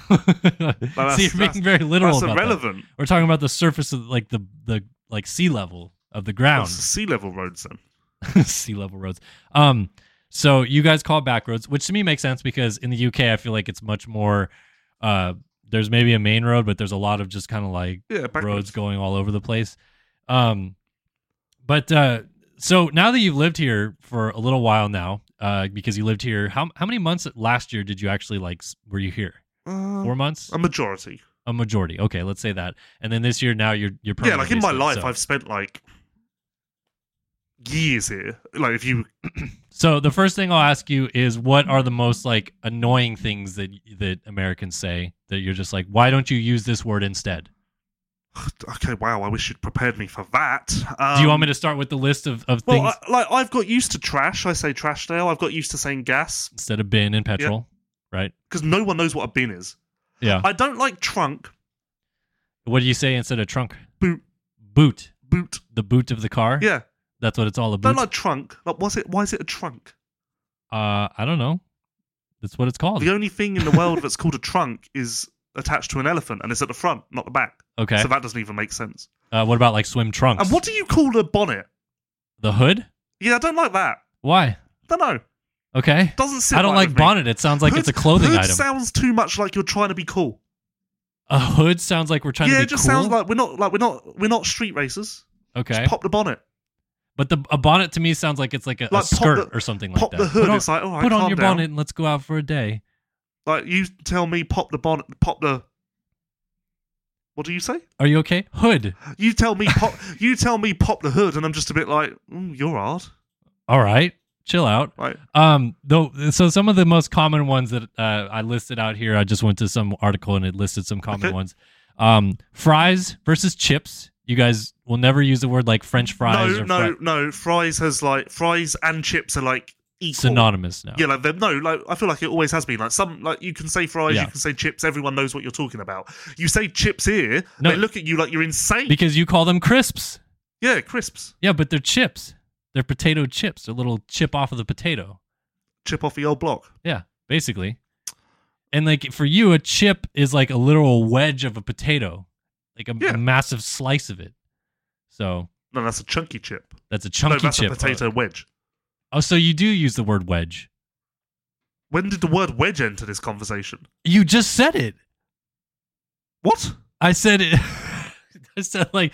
[SPEAKER 3] so
[SPEAKER 4] that's-
[SPEAKER 3] you're being
[SPEAKER 4] that's-
[SPEAKER 3] very literal
[SPEAKER 4] That's
[SPEAKER 3] about that.
[SPEAKER 4] irrelevant.
[SPEAKER 3] We're talking about the surface of like the the like sea level of the ground,
[SPEAKER 4] That's sea level roads then.
[SPEAKER 3] sea level roads. Um, so you guys call back roads, which to me makes sense because in the UK I feel like it's much more. Uh, there's maybe a main road, but there's a lot of just kind of like
[SPEAKER 4] Yeah, backwards.
[SPEAKER 3] roads going all over the place. Um, but uh, so now that you've lived here for a little while now, uh, because you lived here, how how many months last year did you actually like? s- Were you here
[SPEAKER 4] Uh,
[SPEAKER 3] four months?
[SPEAKER 4] a majority.
[SPEAKER 3] A majority. Okay, let's say that. And then this year, now you're you're
[SPEAKER 4] Yeah, like in my
[SPEAKER 3] permanent
[SPEAKER 4] life,
[SPEAKER 3] resident,
[SPEAKER 4] I've spent like years here. Like if you
[SPEAKER 3] So, so the first thing I'll ask you is, what are the most like annoying things that that Americans say that you're just like, why don't you use this word instead?
[SPEAKER 4] okay, wow, I wish you'd prepared me for that. Um,
[SPEAKER 3] Do you want me to start with the list of of
[SPEAKER 4] Well,
[SPEAKER 3] things
[SPEAKER 4] I, like I've got used to trash. I say trash now. I've got used to saying gas
[SPEAKER 3] instead of bin and petrol? Right.
[SPEAKER 4] because no one knows what a bin is.
[SPEAKER 3] Yeah.
[SPEAKER 4] I don't like trunk,
[SPEAKER 3] What do you say instead of trunk?
[SPEAKER 4] Boot.
[SPEAKER 3] Boot.
[SPEAKER 4] boot.
[SPEAKER 3] The boot of the car.
[SPEAKER 4] Yeah,
[SPEAKER 3] That's what it's all
[SPEAKER 4] don't
[SPEAKER 3] about.
[SPEAKER 4] like trunk. Like, was it? Why is it a trunk?
[SPEAKER 3] uh, I don't know. That's what it's called.
[SPEAKER 4] The only thing in the world that's called a trunk is attached to an elephant, and it's at the front, not the back.
[SPEAKER 3] Okay.
[SPEAKER 4] So that doesn't even make sense.
[SPEAKER 3] uh, what about like swim trunks?
[SPEAKER 4] And Um, what do you call a bonnet?
[SPEAKER 3] the hood?
[SPEAKER 4] Yeah, I don't like that.
[SPEAKER 3] Why?
[SPEAKER 4] Don't know.
[SPEAKER 3] Okay.
[SPEAKER 4] Doesn't sit.
[SPEAKER 3] I don't
[SPEAKER 4] right
[SPEAKER 3] like
[SPEAKER 4] with me.
[SPEAKER 3] bonnet. It sounds like it's a
[SPEAKER 4] Hood-
[SPEAKER 3] clothing
[SPEAKER 4] hood
[SPEAKER 3] item.
[SPEAKER 4] Sounds too much like you're trying to be cool.
[SPEAKER 3] a hood sounds like we're trying
[SPEAKER 4] yeah,
[SPEAKER 3] to be
[SPEAKER 4] it just
[SPEAKER 3] cool.
[SPEAKER 4] sounds like we're not like we're not we're not street racers.
[SPEAKER 3] okay.
[SPEAKER 4] Just pop the bonnet,
[SPEAKER 3] but the a bonnet to me sounds like it's like a, a
[SPEAKER 4] Like, pop
[SPEAKER 3] skirt
[SPEAKER 4] the-
[SPEAKER 3] or something
[SPEAKER 4] pop
[SPEAKER 3] like that.
[SPEAKER 4] the hood.
[SPEAKER 3] Put on,
[SPEAKER 4] it's like, all right,
[SPEAKER 3] put on
[SPEAKER 4] calm
[SPEAKER 3] your
[SPEAKER 4] down.
[SPEAKER 3] bonnet and let's go out for a day.
[SPEAKER 4] Like you tell me, pop the bonnet, pop the. What do you say?
[SPEAKER 3] Are you okay? Hood.
[SPEAKER 4] You tell me, pop. you tell me, pop the hood, and I'm just a bit like, mm, you're hard.
[SPEAKER 3] All right. Chill out.
[SPEAKER 4] Like,
[SPEAKER 3] Um, though, so some of the most common ones that uh, I listed out here, I just went to some article and it listed some common
[SPEAKER 4] Okay.
[SPEAKER 3] ones. Um, fries versus chips. You guys will never use the word like French fries
[SPEAKER 4] no,
[SPEAKER 3] or
[SPEAKER 4] no,
[SPEAKER 3] fri-
[SPEAKER 4] no. Fries has like fries and chips are like equal.
[SPEAKER 3] synonymous now.
[SPEAKER 4] Yeah, like them. No, like I feel like it always has been. Like some, like you can say fries,
[SPEAKER 3] Yeah.
[SPEAKER 4] you can say chips. Everyone knows what you're talking about. You say chips here,
[SPEAKER 3] No.
[SPEAKER 4] they look at you like you're insane.
[SPEAKER 3] Because you call them crisps.
[SPEAKER 4] yeah, crisps.
[SPEAKER 3] Yeah, but they're chips. They're potato chips. They're little chip off of the potato.
[SPEAKER 4] Chip off the old block.
[SPEAKER 3] Yeah, basically. And like for you, a chip is like a literal wedge of a potato, like a, a
[SPEAKER 4] Yeah.
[SPEAKER 3] massive slice of it. So
[SPEAKER 4] No, that's a chunky chip.
[SPEAKER 3] that's a
[SPEAKER 4] No,
[SPEAKER 3] chunky
[SPEAKER 4] that's
[SPEAKER 3] chip.
[SPEAKER 4] a potato wedge.
[SPEAKER 3] Oh, so you do use the word wedge.
[SPEAKER 4] When did the word wedge enter this conversation?
[SPEAKER 3] You just said it.
[SPEAKER 4] What?
[SPEAKER 3] I said it. I said like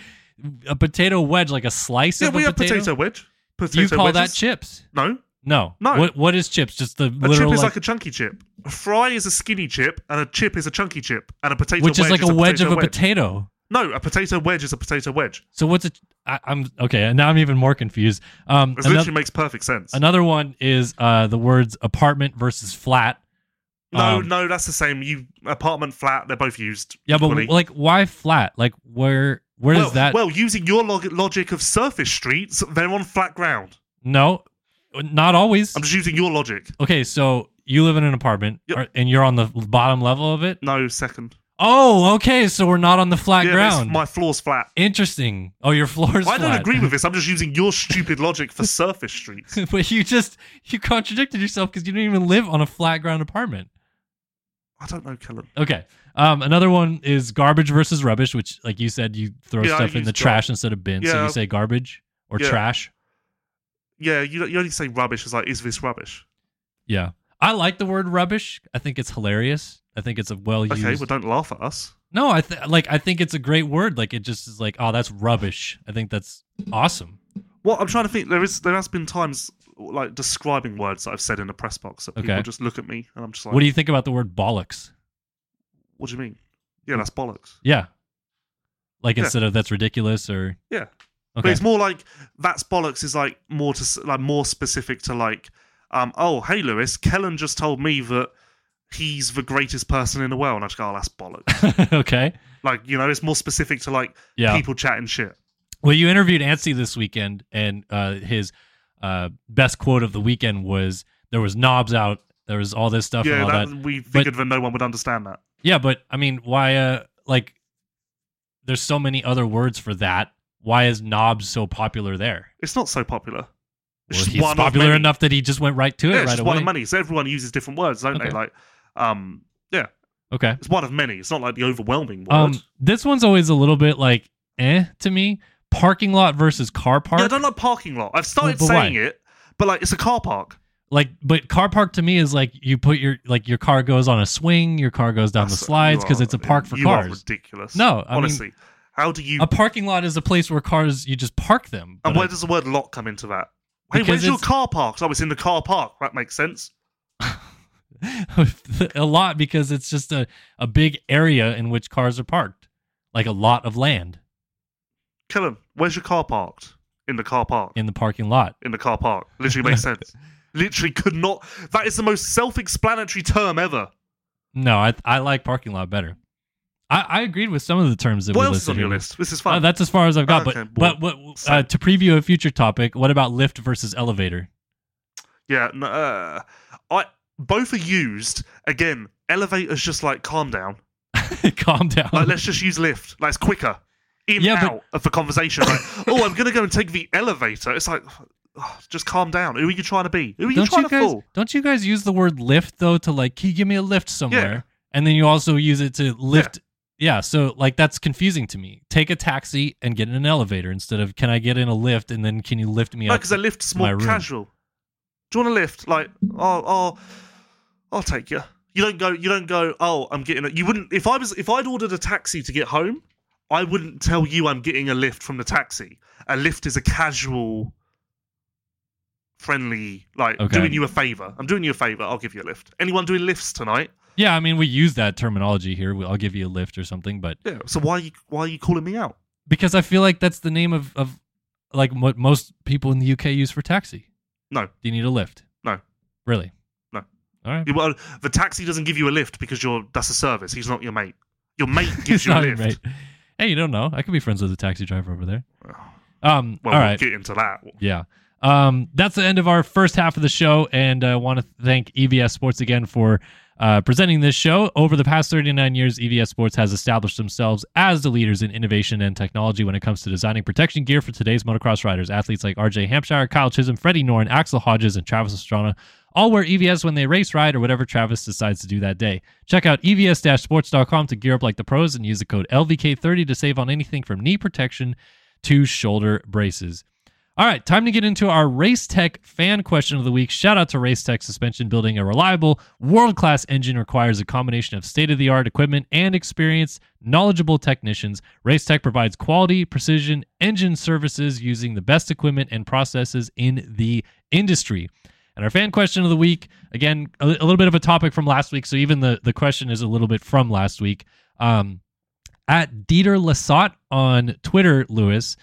[SPEAKER 3] a potato wedge, like a slice
[SPEAKER 4] yeah,
[SPEAKER 3] of
[SPEAKER 4] we
[SPEAKER 3] a
[SPEAKER 4] have
[SPEAKER 3] potato.
[SPEAKER 4] potato, wedge. Potato
[SPEAKER 3] you call that
[SPEAKER 4] wedges.
[SPEAKER 3] chips?
[SPEAKER 4] No,
[SPEAKER 3] No.
[SPEAKER 4] No.
[SPEAKER 3] What what is chips? Just the
[SPEAKER 4] a
[SPEAKER 3] literal
[SPEAKER 4] chip is
[SPEAKER 3] like,
[SPEAKER 4] like a chunky chip. A fry is a skinny chip, and a chip is a chunky chip, and a potato
[SPEAKER 3] which
[SPEAKER 4] wedge
[SPEAKER 3] is like a wedge of a
[SPEAKER 4] wedge.
[SPEAKER 3] potato.
[SPEAKER 4] No, a potato wedge is a potato wedge.
[SPEAKER 3] So what's a I, I'm okay. Now I'm even more confused. Um,
[SPEAKER 4] It
[SPEAKER 3] another,
[SPEAKER 4] literally makes perfect sense.
[SPEAKER 3] another one is uh the words apartment versus flat.
[SPEAKER 4] No,
[SPEAKER 3] Um,
[SPEAKER 4] no, that's the same. You apartment, flat, they're both used.
[SPEAKER 3] Yeah, but
[SPEAKER 4] equally.
[SPEAKER 3] like why flat? Like where where
[SPEAKER 4] well,
[SPEAKER 3] does that?
[SPEAKER 4] well, using your log- logic of surface streets, they're on flat ground.
[SPEAKER 3] no, not always.
[SPEAKER 4] I'm just using your logic.
[SPEAKER 3] okay, so you live in an apartment
[SPEAKER 4] Yep.
[SPEAKER 3] or- and you're on the bottom level of it.
[SPEAKER 4] No, second.
[SPEAKER 3] Oh, okay. So we're not on the flat
[SPEAKER 4] yeah, that's-
[SPEAKER 3] ground.
[SPEAKER 4] my floor's flat.
[SPEAKER 3] Interesting. Oh, your floor is
[SPEAKER 4] I don't
[SPEAKER 3] flat.
[SPEAKER 4] agree with this. I'm just using your stupid logic for surface streets.
[SPEAKER 3] but you just you contradicted yourself because you don't even live on a flat ground apartment.
[SPEAKER 4] I don't know, Kellen.
[SPEAKER 3] Okay. Um, another one is garbage versus rubbish, which, like you said, you throw
[SPEAKER 4] Yeah, I
[SPEAKER 3] stuff in
[SPEAKER 4] use
[SPEAKER 3] the
[SPEAKER 4] gar-
[SPEAKER 3] trash instead of bin. So
[SPEAKER 4] Yeah.
[SPEAKER 3] you say garbage or
[SPEAKER 4] Yeah.
[SPEAKER 3] trash.
[SPEAKER 4] Yeah, you, don't- you only say rubbish. It's like, is this rubbish?
[SPEAKER 3] Yeah. I like the word rubbish. I think it's hilarious. I think it's a well used.
[SPEAKER 4] Okay, well, don't laugh at us.
[SPEAKER 3] no, I th- like. I think it's a great word. Like it just is like, oh, that's rubbish. I think that's awesome.
[SPEAKER 4] Well, I'm trying to think. There is there has been times like describing words that I've said in a press box that people
[SPEAKER 3] Okay.
[SPEAKER 4] just look at me and I'm just like,
[SPEAKER 3] What do you think about the word bollocks?
[SPEAKER 4] what do you mean? Yeah, that's bollocks.
[SPEAKER 3] Yeah, like
[SPEAKER 4] Yeah.
[SPEAKER 3] instead of that's ridiculous or
[SPEAKER 4] Yeah. But
[SPEAKER 3] okay,
[SPEAKER 4] it's more like that's bollocks is like more to s- like more specific to like um oh hey Lewis Kellen just told me that he's the greatest person in the world and I just go oh that's bollocks
[SPEAKER 3] okay,
[SPEAKER 4] like you know it's more specific to like
[SPEAKER 3] yeah.
[SPEAKER 4] people chatting shit
[SPEAKER 3] Well, you interviewed Anstey this weekend, and uh, his uh, best quote of the weekend was there was knobs out, there was all this stuff and
[SPEAKER 4] yeah
[SPEAKER 3] all that.
[SPEAKER 4] that, we figured that no one would understand that
[SPEAKER 3] Yeah, but I mean, why? Uh, like, there's so many other words for that. Why is knobs so popular there?
[SPEAKER 4] it's not so popular it's
[SPEAKER 3] Well,
[SPEAKER 4] just
[SPEAKER 3] he's
[SPEAKER 4] one of
[SPEAKER 3] popular
[SPEAKER 4] many.
[SPEAKER 3] enough that he just went right to
[SPEAKER 4] yeah
[SPEAKER 3] it
[SPEAKER 4] it's
[SPEAKER 3] right
[SPEAKER 4] just one
[SPEAKER 3] away.
[SPEAKER 4] of many so everyone uses different words don't they
[SPEAKER 3] Okay.
[SPEAKER 4] like um yeah
[SPEAKER 3] Okay.
[SPEAKER 4] it's one of many it's not like the overwhelming word
[SPEAKER 3] Um, this one's always a little bit like eh to me. Parking lot versus car park.
[SPEAKER 4] yeah I don't like parking lot I've started
[SPEAKER 3] but why?
[SPEAKER 4] saying it but like it's a car park
[SPEAKER 3] like but car park to me is like you put your like your car goes on a swing your car goes down the
[SPEAKER 4] That's-
[SPEAKER 3] slides
[SPEAKER 4] you
[SPEAKER 3] because
[SPEAKER 4] are-
[SPEAKER 3] it's a park for
[SPEAKER 4] you Are
[SPEAKER 3] cars
[SPEAKER 4] ridiculous.
[SPEAKER 3] No, I mean-
[SPEAKER 4] honestly, how do you? Uh,
[SPEAKER 3] a parking lot is a place where cars you just park them
[SPEAKER 4] and
[SPEAKER 3] but
[SPEAKER 4] where does the word "lot" come into that? Hey,
[SPEAKER 3] Because
[SPEAKER 4] where's your
[SPEAKER 3] it's-
[SPEAKER 4] car parked? Oh, it's in the car park. That makes sense.
[SPEAKER 3] I- a lot because it's just a, a big area in which cars are parked like a lot of land
[SPEAKER 4] Kill him. Where's your car parked? In the car park.
[SPEAKER 3] in the parking lot
[SPEAKER 4] In the car park. Literally makes sense. Literally could not. That is the most self-explanatory term ever.
[SPEAKER 3] no i, I like parking lot better I, I agreed with some of the terms that
[SPEAKER 4] What
[SPEAKER 3] we
[SPEAKER 4] else is
[SPEAKER 3] listed
[SPEAKER 4] on your
[SPEAKER 3] here.
[SPEAKER 4] list? This is
[SPEAKER 3] Uh,
[SPEAKER 4] fun.
[SPEAKER 3] that's as far as I've got.
[SPEAKER 4] Okay,
[SPEAKER 3] but but what, uh, to preview a future topic, what about lift versus elevator?
[SPEAKER 4] yeah. No, uh, I both are used again. Elevator's just like calm down.
[SPEAKER 3] Calm down.
[SPEAKER 4] Like, let's just use Lyft. Like, it's quicker. In,
[SPEAKER 3] Yeah, but-
[SPEAKER 4] out of the conversation. Like, oh, I'm going to go and take the elevator. It's like, oh, just calm down. Who are you trying to be? Who are you
[SPEAKER 3] don't
[SPEAKER 4] trying
[SPEAKER 3] you
[SPEAKER 4] to
[SPEAKER 3] guys
[SPEAKER 4] fool?
[SPEAKER 3] don't you guys use the word lift though to like can you give me a lift somewhere and then you also use it to lift yeah. so like that's confusing to me take a taxi and get in an elevator instead of can i get in a lift and then can you lift me
[SPEAKER 4] No,
[SPEAKER 3] up
[SPEAKER 4] because a lift's
[SPEAKER 3] to my
[SPEAKER 4] more
[SPEAKER 3] room.
[SPEAKER 4] casual. Do you want a lift? Like, oh, oh, I'll take you. You don't go. You don't go. Oh, I'm getting. A, you wouldn't. If I was. If I'd ordered a taxi to get home, I wouldn't tell you I'm getting a lift from the taxi. A lift is a casual, friendly. Like
[SPEAKER 3] Okay.
[SPEAKER 4] doing you a favor. I'm doing you a favor. I'll give you a lift. Anyone doing lifts tonight?
[SPEAKER 3] yeah i mean we use that terminology here We- i'll give you a lift or something but
[SPEAKER 4] Yeah. So why are you why are you calling me out?
[SPEAKER 3] because i feel like that's the name of of like what most people in the uk use for taxi
[SPEAKER 4] No.
[SPEAKER 3] do you need a lift
[SPEAKER 4] No.
[SPEAKER 3] really
[SPEAKER 4] No.
[SPEAKER 3] all right
[SPEAKER 4] You- Well, the taxi doesn't give you a lift because you're that's a service. He's not your mate. Your mate gives
[SPEAKER 3] He's
[SPEAKER 4] you a
[SPEAKER 3] not your
[SPEAKER 4] lift.
[SPEAKER 3] mate. hey you don't know i could be friends with the taxi driver over there um
[SPEAKER 4] Well,
[SPEAKER 3] all
[SPEAKER 4] we'll
[SPEAKER 3] right
[SPEAKER 4] get into that.
[SPEAKER 3] Yeah. Um, that's the end of our first half of the show, and I want to thank EVS Sports again for uh, presenting this show. Over the past 39 years, EVS Sports has established themselves as the leaders in innovation and technology when it comes to designing protection gear for today's motocross riders. Athletes like RJ Hampshire, Kyle Chisholm, Freddie Norn, Axel Hodges, and Travis Estrana all wear EVS when they race, ride, or whatever Travis decides to do that day. Check out E evs-sports.com to gear up like the pros and use the code LVK30 to save on anything from knee protection to shoulder braces. All right, time to get into our Race Tech fan question of the week. Shout out to Race Tech Suspension. Building a reliable, world class engine requires a combination of state of the art equipment and experienced, knowledgeable technicians. Race Tech provides quality, precision, engine services using the best equipment and processes in the industry. And our fan question of the week, again, a, a little bit of a topic from last week. So even the, the question is a little bit from last week. Um, at Dieter Lasat on Twitter, Lewis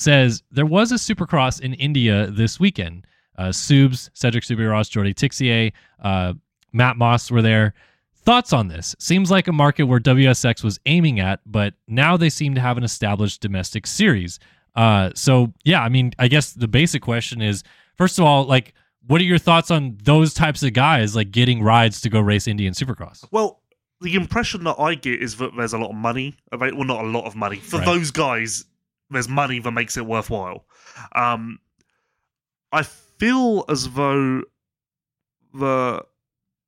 [SPEAKER 3] says there was a Supercross in India this weekend. Uh, Subs, Cedric Subiros, Jordi Tixier, uh, Matt Moss were there. Thoughts on this? Seems like a market where WSX was aiming at, but now they seem to have an established domestic series. Uh, so yeah, I mean, I guess the basic question is: first of all, like, what are your thoughts on those types of guys like getting rides to go race Indian Supercross?
[SPEAKER 4] Well, the impression that I get is that there's a lot of money available. Well, not a lot of money for
[SPEAKER 3] Right.
[SPEAKER 4] those guys. There's money that makes it worthwhile. Um, I feel as though the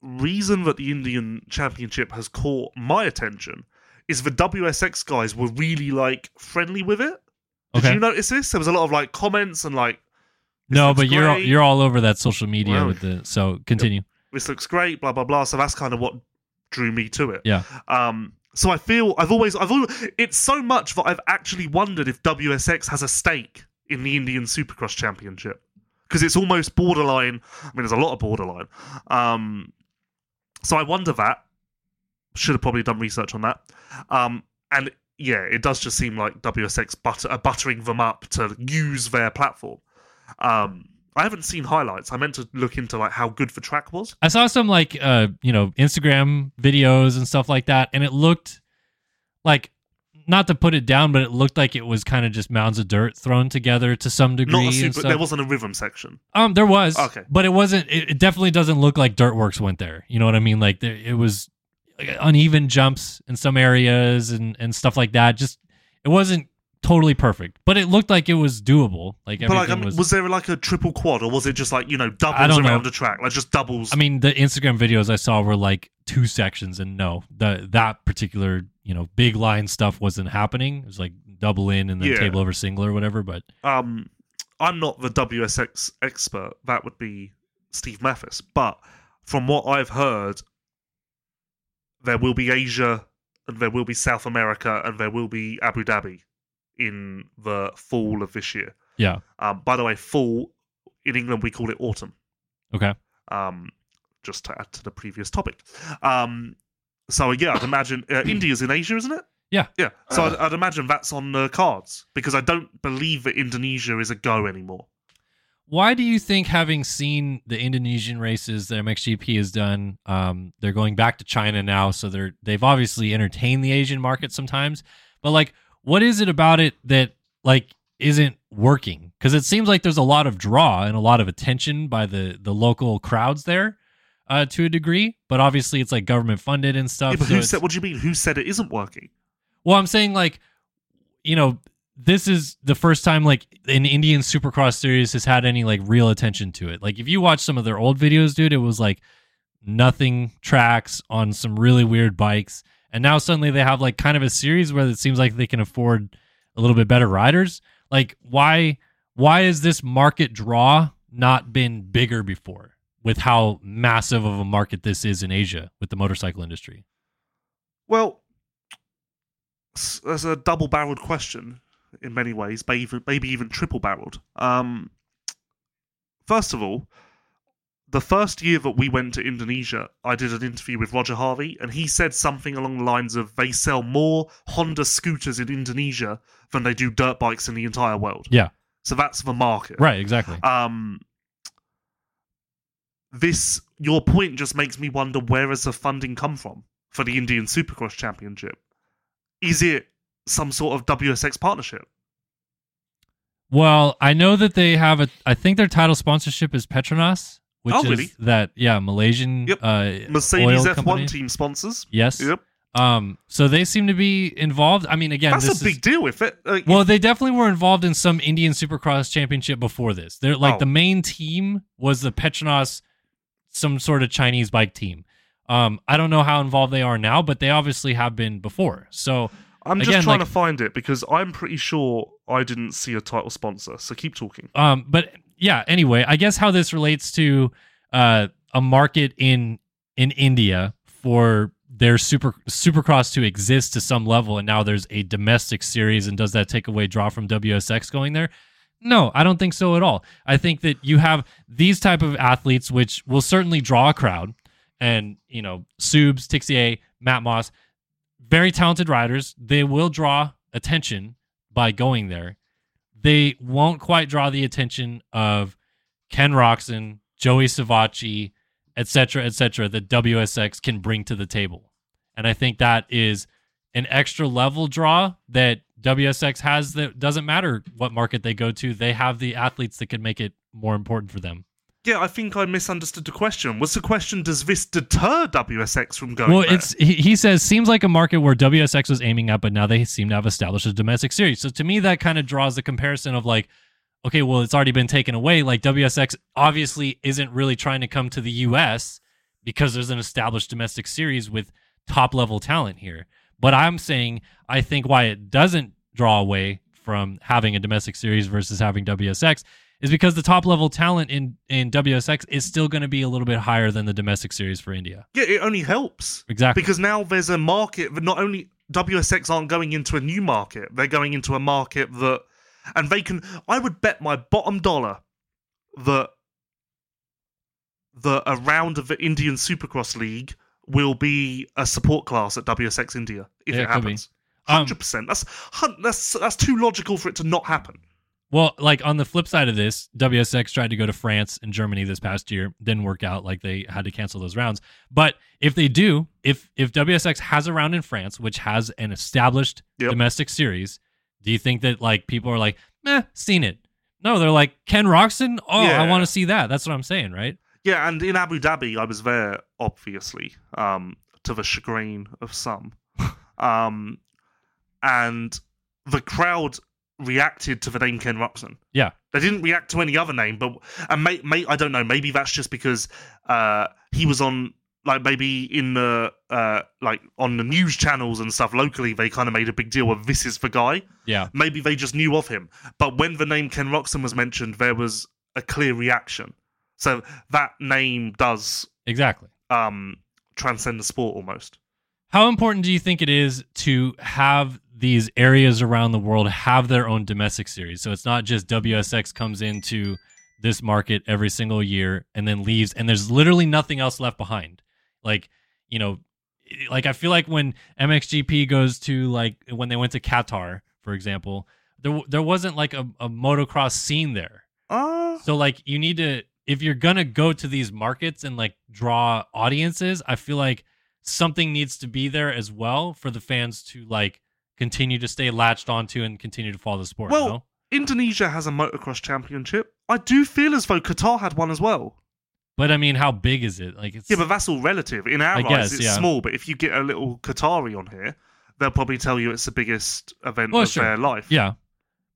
[SPEAKER 4] reason that the Indian Championship has caught my attention is the WSX guys were really like friendly with it. Did
[SPEAKER 3] Okay.
[SPEAKER 4] you notice this? There was a lot of like comments and like this
[SPEAKER 3] No,
[SPEAKER 4] looks
[SPEAKER 3] but you're
[SPEAKER 4] great.
[SPEAKER 3] you're all over that social media
[SPEAKER 4] Well,
[SPEAKER 3] with the so continue.
[SPEAKER 4] this looks great, blah blah blah. So that's kind of what drew me to it.
[SPEAKER 3] Yeah.
[SPEAKER 4] Um, so I feel I've always I've al it's so much that I've actually wondered if WSX has a stake in the Indian Supercross Championship because it's almost borderline. I mean, there's a lot of borderline. Um, so I wonder that should have probably done research on that. Um, and yeah, it does just seem like WSX butter, uh, buttering them up to use their platform. Um, I haven't seen highlights. I meant to look into like how good the track was.
[SPEAKER 3] I saw some like uh you know Instagram videos and stuff like that, and it looked like not to put it down, but it looked like it was kind of just mounds of dirt thrown together to some degree.
[SPEAKER 4] Not a
[SPEAKER 3] and
[SPEAKER 4] super. There
[SPEAKER 3] stuff.
[SPEAKER 4] wasn't a rhythm section.
[SPEAKER 3] um, there was,
[SPEAKER 4] Okay.
[SPEAKER 3] but it wasn't. It, it definitely doesn't look like Dirtworks went there. You know what I mean? Like there, it was like, uneven jumps in some areas and and stuff like that. Just it wasn't totally perfect, but it looked like it was doable. Like
[SPEAKER 4] But
[SPEAKER 3] everything
[SPEAKER 4] like, I mean, was,
[SPEAKER 3] was.
[SPEAKER 4] there like a triple quad, or was it just like you know
[SPEAKER 3] I
[SPEAKER 4] doubles
[SPEAKER 3] don't know.
[SPEAKER 4] around the track, like just doubles?
[SPEAKER 3] I mean, the Instagram videos I saw were like two sections, and no, the that particular you know big line stuff wasn't happening. It was like double in and then
[SPEAKER 4] Yeah.
[SPEAKER 3] table over single or whatever. But
[SPEAKER 4] um, I'm not the WSX expert. That would be Steve Mathis. But from what I've heard, there will be Asia, and there will be South America, and there will be Abu Dhabi in the fall of this year.
[SPEAKER 3] yeah,
[SPEAKER 4] Um, by the way, fall in England we call it autumn.
[SPEAKER 3] okay,
[SPEAKER 4] um, just to add to the previous topic. Um, so yeah, I'd imagine uh, India's in Asia, isn't it?
[SPEAKER 3] Yeah.
[SPEAKER 4] yeah. So I'd, I'd imagine that's on the cards because I don't believe that Indonesia is a go anymore.
[SPEAKER 3] why do you think having seen the Indonesian races that MXGP has done, um, they're going back to China now, so they're they've obviously entertained the Asian market sometimes, but like, what is it about it that like isn't working? Because it seems like there's a lot of draw and a lot of attention by the the local crowds there, uh, to a degree, but obviously it's like government funded and stuff.
[SPEAKER 4] Yeah, but
[SPEAKER 3] so
[SPEAKER 4] who
[SPEAKER 3] it's-
[SPEAKER 4] said? What do you mean? Who said it isn't working?
[SPEAKER 3] well, I'm saying like, you know, this is the first time like an Indian Supercross series has had any like real attention to it. Like if you watch some of their old videos, dude, it was like nothing tracks on some really weird bikes. And now suddenly they have like kind of a series where it seems like they can afford a little bit better riders. Like why why has this market draw not been bigger before with how massive of a market this is in Asia with the motorcycle industry?
[SPEAKER 4] Well, s- that's a double-barreled question in many ways, but even, maybe even triple-barreled. Um, first of all, the first year that we went to Indonesia, I did an interview with Roger Harvey, and he said something along the lines of they sell more Honda scooters in Indonesia than they do dirt bikes in the entire world.
[SPEAKER 3] Yeah.
[SPEAKER 4] So that's the market.
[SPEAKER 3] Right, exactly.
[SPEAKER 4] Um, this your point just makes me wonder where has the funding come from for the Indian Supercross Championship? Is it some sort of WSX partnership?
[SPEAKER 3] Well, I know that they have a. I think their title sponsorship is Petronas, which
[SPEAKER 4] Oh,
[SPEAKER 3] is
[SPEAKER 4] really?
[SPEAKER 3] that yeah Malaysian
[SPEAKER 4] Yep.
[SPEAKER 3] uh,
[SPEAKER 4] Mercedes
[SPEAKER 3] oil
[SPEAKER 4] F1
[SPEAKER 3] company.
[SPEAKER 4] team sponsors.
[SPEAKER 3] Yes.
[SPEAKER 4] Yep,
[SPEAKER 3] Um. So they seem to be involved. I mean, again,
[SPEAKER 4] that's
[SPEAKER 3] this
[SPEAKER 4] a big
[SPEAKER 3] Is,
[SPEAKER 4] deal. If it like,
[SPEAKER 3] well, they definitely were involved in some Indian Supercross Championship before this. They're like
[SPEAKER 4] Oh.
[SPEAKER 3] the main team was the Petronas, some sort of Chinese bike team. Um, I don't know how involved they are now, but they obviously have been before. So
[SPEAKER 4] I'm just
[SPEAKER 3] again,
[SPEAKER 4] trying
[SPEAKER 3] like-
[SPEAKER 4] to find it because I'm pretty sure I didn't see a title sponsor. So keep talking.
[SPEAKER 3] um but yeah anyway i guess how this relates to uh a market in in india for their super supercross to exist to some level and now there's a domestic series and does that take away draw from wsx going there no i don't think so at all i think that you have these type of athletes which will certainly draw a crowd and you know subs tixier matt moss very talented riders they will draw attention by going there they won't quite draw the attention of Ken Roxon, Joey Savacci, et cetera, et cetera, that WSX can bring to the table. And I think that is an extra level draw that WSX has that doesn't matter what market they go to, they have the athletes that can make it more important for them.
[SPEAKER 4] Yeah, I think I misunderstood the question. Was the question does this deter WSX from going?
[SPEAKER 3] Well,
[SPEAKER 4] there?
[SPEAKER 3] it's he, he says seems like a market where WSX was aiming at, but now they seem to have established a domestic series. So to me, that kind of draws the comparison of like, okay, well, it's already been taken away. Like WSX obviously isn't really trying to come to the U.S. because there's an established domestic series with top level talent here. But I'm saying I think why it doesn't draw away from having a domestic series versus having WSX is because the top level talent in in WSX is still going to be a little bit higher than the domestic series for India.
[SPEAKER 4] Yeah, it only helps
[SPEAKER 3] Exactly.
[SPEAKER 4] because now there's a market that not only WSX aren't going into a new market, they're going into a market that, and they can. I would bet my bottom dollar that that a round of the Indian Supercross League will be a support class at WSX India if
[SPEAKER 3] Yeah, it
[SPEAKER 4] it
[SPEAKER 3] could be.
[SPEAKER 4] happens.
[SPEAKER 3] Um,
[SPEAKER 4] Hundred percent. That's hun- that's that's too logical for it to not happen.
[SPEAKER 3] Well, like on the flip side of this, WSX tried to go to France and Germany this past year, didn't work out. Like they had to cancel those rounds. But if they do, if if WSX has a round in France, which has an established
[SPEAKER 4] Yep.
[SPEAKER 3] domestic series, do you think that like people are like, eh, seen it? No, they're like Ken Roxon. Oh, I
[SPEAKER 4] Yeah.
[SPEAKER 3] want to see that. That's what I'm saying, right?
[SPEAKER 4] Yeah, and in Abu Dhabi, I was there, obviously, um, to the chagrin of some. Um, and the crowd reacted to the name Ken Ruxin.
[SPEAKER 3] Yeah.
[SPEAKER 4] They didn't react to any other name, but and may, may, I don't know. Maybe that's just because uh, he was on, like maybe in the uh, like on the news channels and stuff locally. They kind of made a big deal of this is the guy.
[SPEAKER 3] Yeah.
[SPEAKER 4] Maybe they just knew of him. But when the name Ken Roxon was mentioned, there was a clear reaction. So that name does
[SPEAKER 3] Exactly.
[SPEAKER 4] um, transcend the sport almost.
[SPEAKER 3] How important do you think it is to have these areas around the world have their own domestic series? So it's not just WSX comes into this market every single year and then leaves, and there's literally nothing else left behind. Like, you know, like I feel like when MXGP goes to like when they went to Qatar, for example, there there wasn't like a, a motocross scene there.
[SPEAKER 4] Uh,
[SPEAKER 3] So like you need to if you're gonna go to these markets and like draw audiences, I feel like something needs to be there as well for the fans to like continue to stay latched onto and continue to follow the sport.
[SPEAKER 4] Well-
[SPEAKER 3] no?
[SPEAKER 4] Indonesia has a motocross championship. I do feel as though Qatar had one as well.
[SPEAKER 3] But I mean, how big is it? Like it's
[SPEAKER 4] Yeah, but that's all relative. In our
[SPEAKER 3] I
[SPEAKER 4] eyes,
[SPEAKER 3] guess,
[SPEAKER 4] it's
[SPEAKER 3] yeah.
[SPEAKER 4] small. But if you get a little Qatari on here, they'll probably tell you it's the biggest event
[SPEAKER 3] Well,
[SPEAKER 4] of
[SPEAKER 3] sure.
[SPEAKER 4] their life.
[SPEAKER 3] yeah.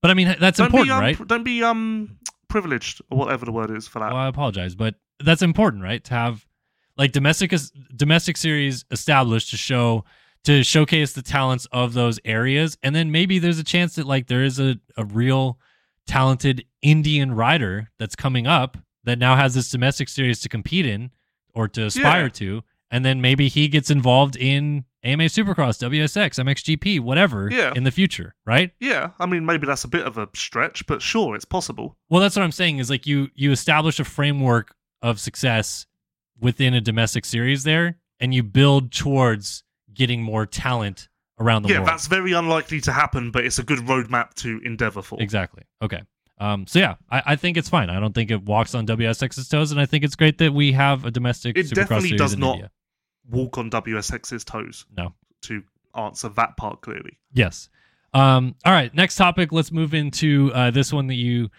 [SPEAKER 3] But I mean that's
[SPEAKER 4] don't
[SPEAKER 3] important,
[SPEAKER 4] be um,
[SPEAKER 3] right?
[SPEAKER 4] Don't be um privileged or whatever the word is for that.
[SPEAKER 3] Well, I apologize, but that's important, right? To have like domestic domestic series established to show to showcase the talents of those areas, and then maybe there's a chance that like there is a a real talented Indian rider that's coming up that now has this domestic series to compete in or to aspire
[SPEAKER 4] Yeah.
[SPEAKER 3] to, and then maybe he gets involved in AMA Supercross, WSX, MXGP, whatever
[SPEAKER 4] Yeah.
[SPEAKER 3] in the future, right?
[SPEAKER 4] Yeah, I mean maybe that's a bit of a stretch, but sure, it's possible.
[SPEAKER 3] Well, that's what I'm saying is like you you establish a framework of success within a domestic series there, and you build towards getting more talent around the
[SPEAKER 4] yeah,
[SPEAKER 3] world.
[SPEAKER 4] that's very unlikely to happen, but it's a good roadmap to endeavour for.
[SPEAKER 3] exactly. Okay. Um, so yeah, I, I think it's fine. I don't think it walks on WSX's toes, and I think it's great that we have a domestic.
[SPEAKER 4] It
[SPEAKER 3] Supercross
[SPEAKER 4] definitely
[SPEAKER 3] series
[SPEAKER 4] does
[SPEAKER 3] in
[SPEAKER 4] not-
[SPEAKER 3] India.
[SPEAKER 4] Walk on WSX's toes
[SPEAKER 3] No.
[SPEAKER 4] to answer that part clearly.
[SPEAKER 3] Yes. Um, all right. Next topic. Let's move into uh, this one that you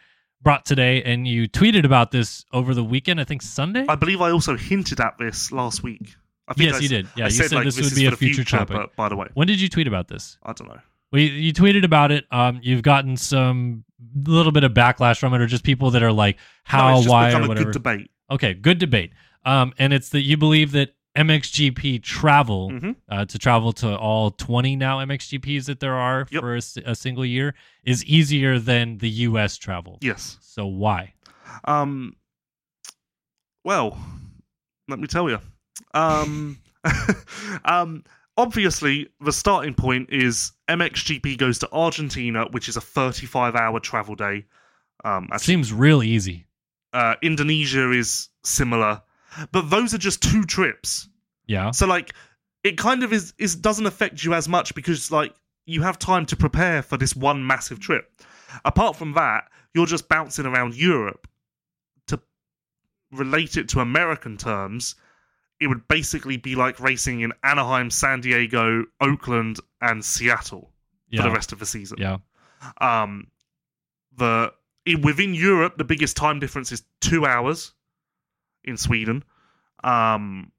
[SPEAKER 3] brought today, and you tweeted about this over the weekend. I think Sunday.
[SPEAKER 4] I believe I also hinted at this last week. I think
[SPEAKER 3] yes,
[SPEAKER 4] I,
[SPEAKER 3] you did. Yeah,
[SPEAKER 4] I
[SPEAKER 3] you
[SPEAKER 4] said,
[SPEAKER 3] said
[SPEAKER 4] like,
[SPEAKER 3] this,
[SPEAKER 4] this,
[SPEAKER 3] would
[SPEAKER 4] is
[SPEAKER 3] be
[SPEAKER 4] for
[SPEAKER 3] a
[SPEAKER 4] the
[SPEAKER 3] future, topic.
[SPEAKER 4] But by the way,
[SPEAKER 3] When did you tweet about this?
[SPEAKER 4] I don't know.
[SPEAKER 3] Well, you, you tweeted about it. Um, you've gotten some little bit of backlash from it, or just people that are like,
[SPEAKER 4] no,
[SPEAKER 3] "How,
[SPEAKER 4] it's just
[SPEAKER 3] why,
[SPEAKER 4] become
[SPEAKER 3] or
[SPEAKER 4] a
[SPEAKER 3] whatever."
[SPEAKER 4] good debate.
[SPEAKER 3] okay, good debate. Um, and it's that you believe that MXGP travel
[SPEAKER 4] Mhm.
[SPEAKER 3] uh, to travel to all twenty now MXGPs that there are
[SPEAKER 4] Yep.
[SPEAKER 3] for a, s- a single year is easier than the U.S. travel.
[SPEAKER 4] Yes.
[SPEAKER 3] So why?
[SPEAKER 4] Um. Well, let me tell you. Um. um. Obviously, the starting point is MXGP goes to Argentina, which is a 35-hour travel day. Um, actually,
[SPEAKER 3] Seems real easy.
[SPEAKER 4] uh, Indonesia is similar, but those are just two trips.
[SPEAKER 3] Yeah.
[SPEAKER 4] So like it kind of is is doesn't affect you as much because like you have time to prepare for this one massive trip. Apart from that, you're just bouncing around Europe. To relate it to American terms, it would basically be like racing in Anaheim, San Diego, Oakland, and Seattle
[SPEAKER 3] Yeah.
[SPEAKER 4] for the rest of the season
[SPEAKER 3] yeah.
[SPEAKER 4] um the in, within Europe the biggest time difference is 2 hours in Sweden um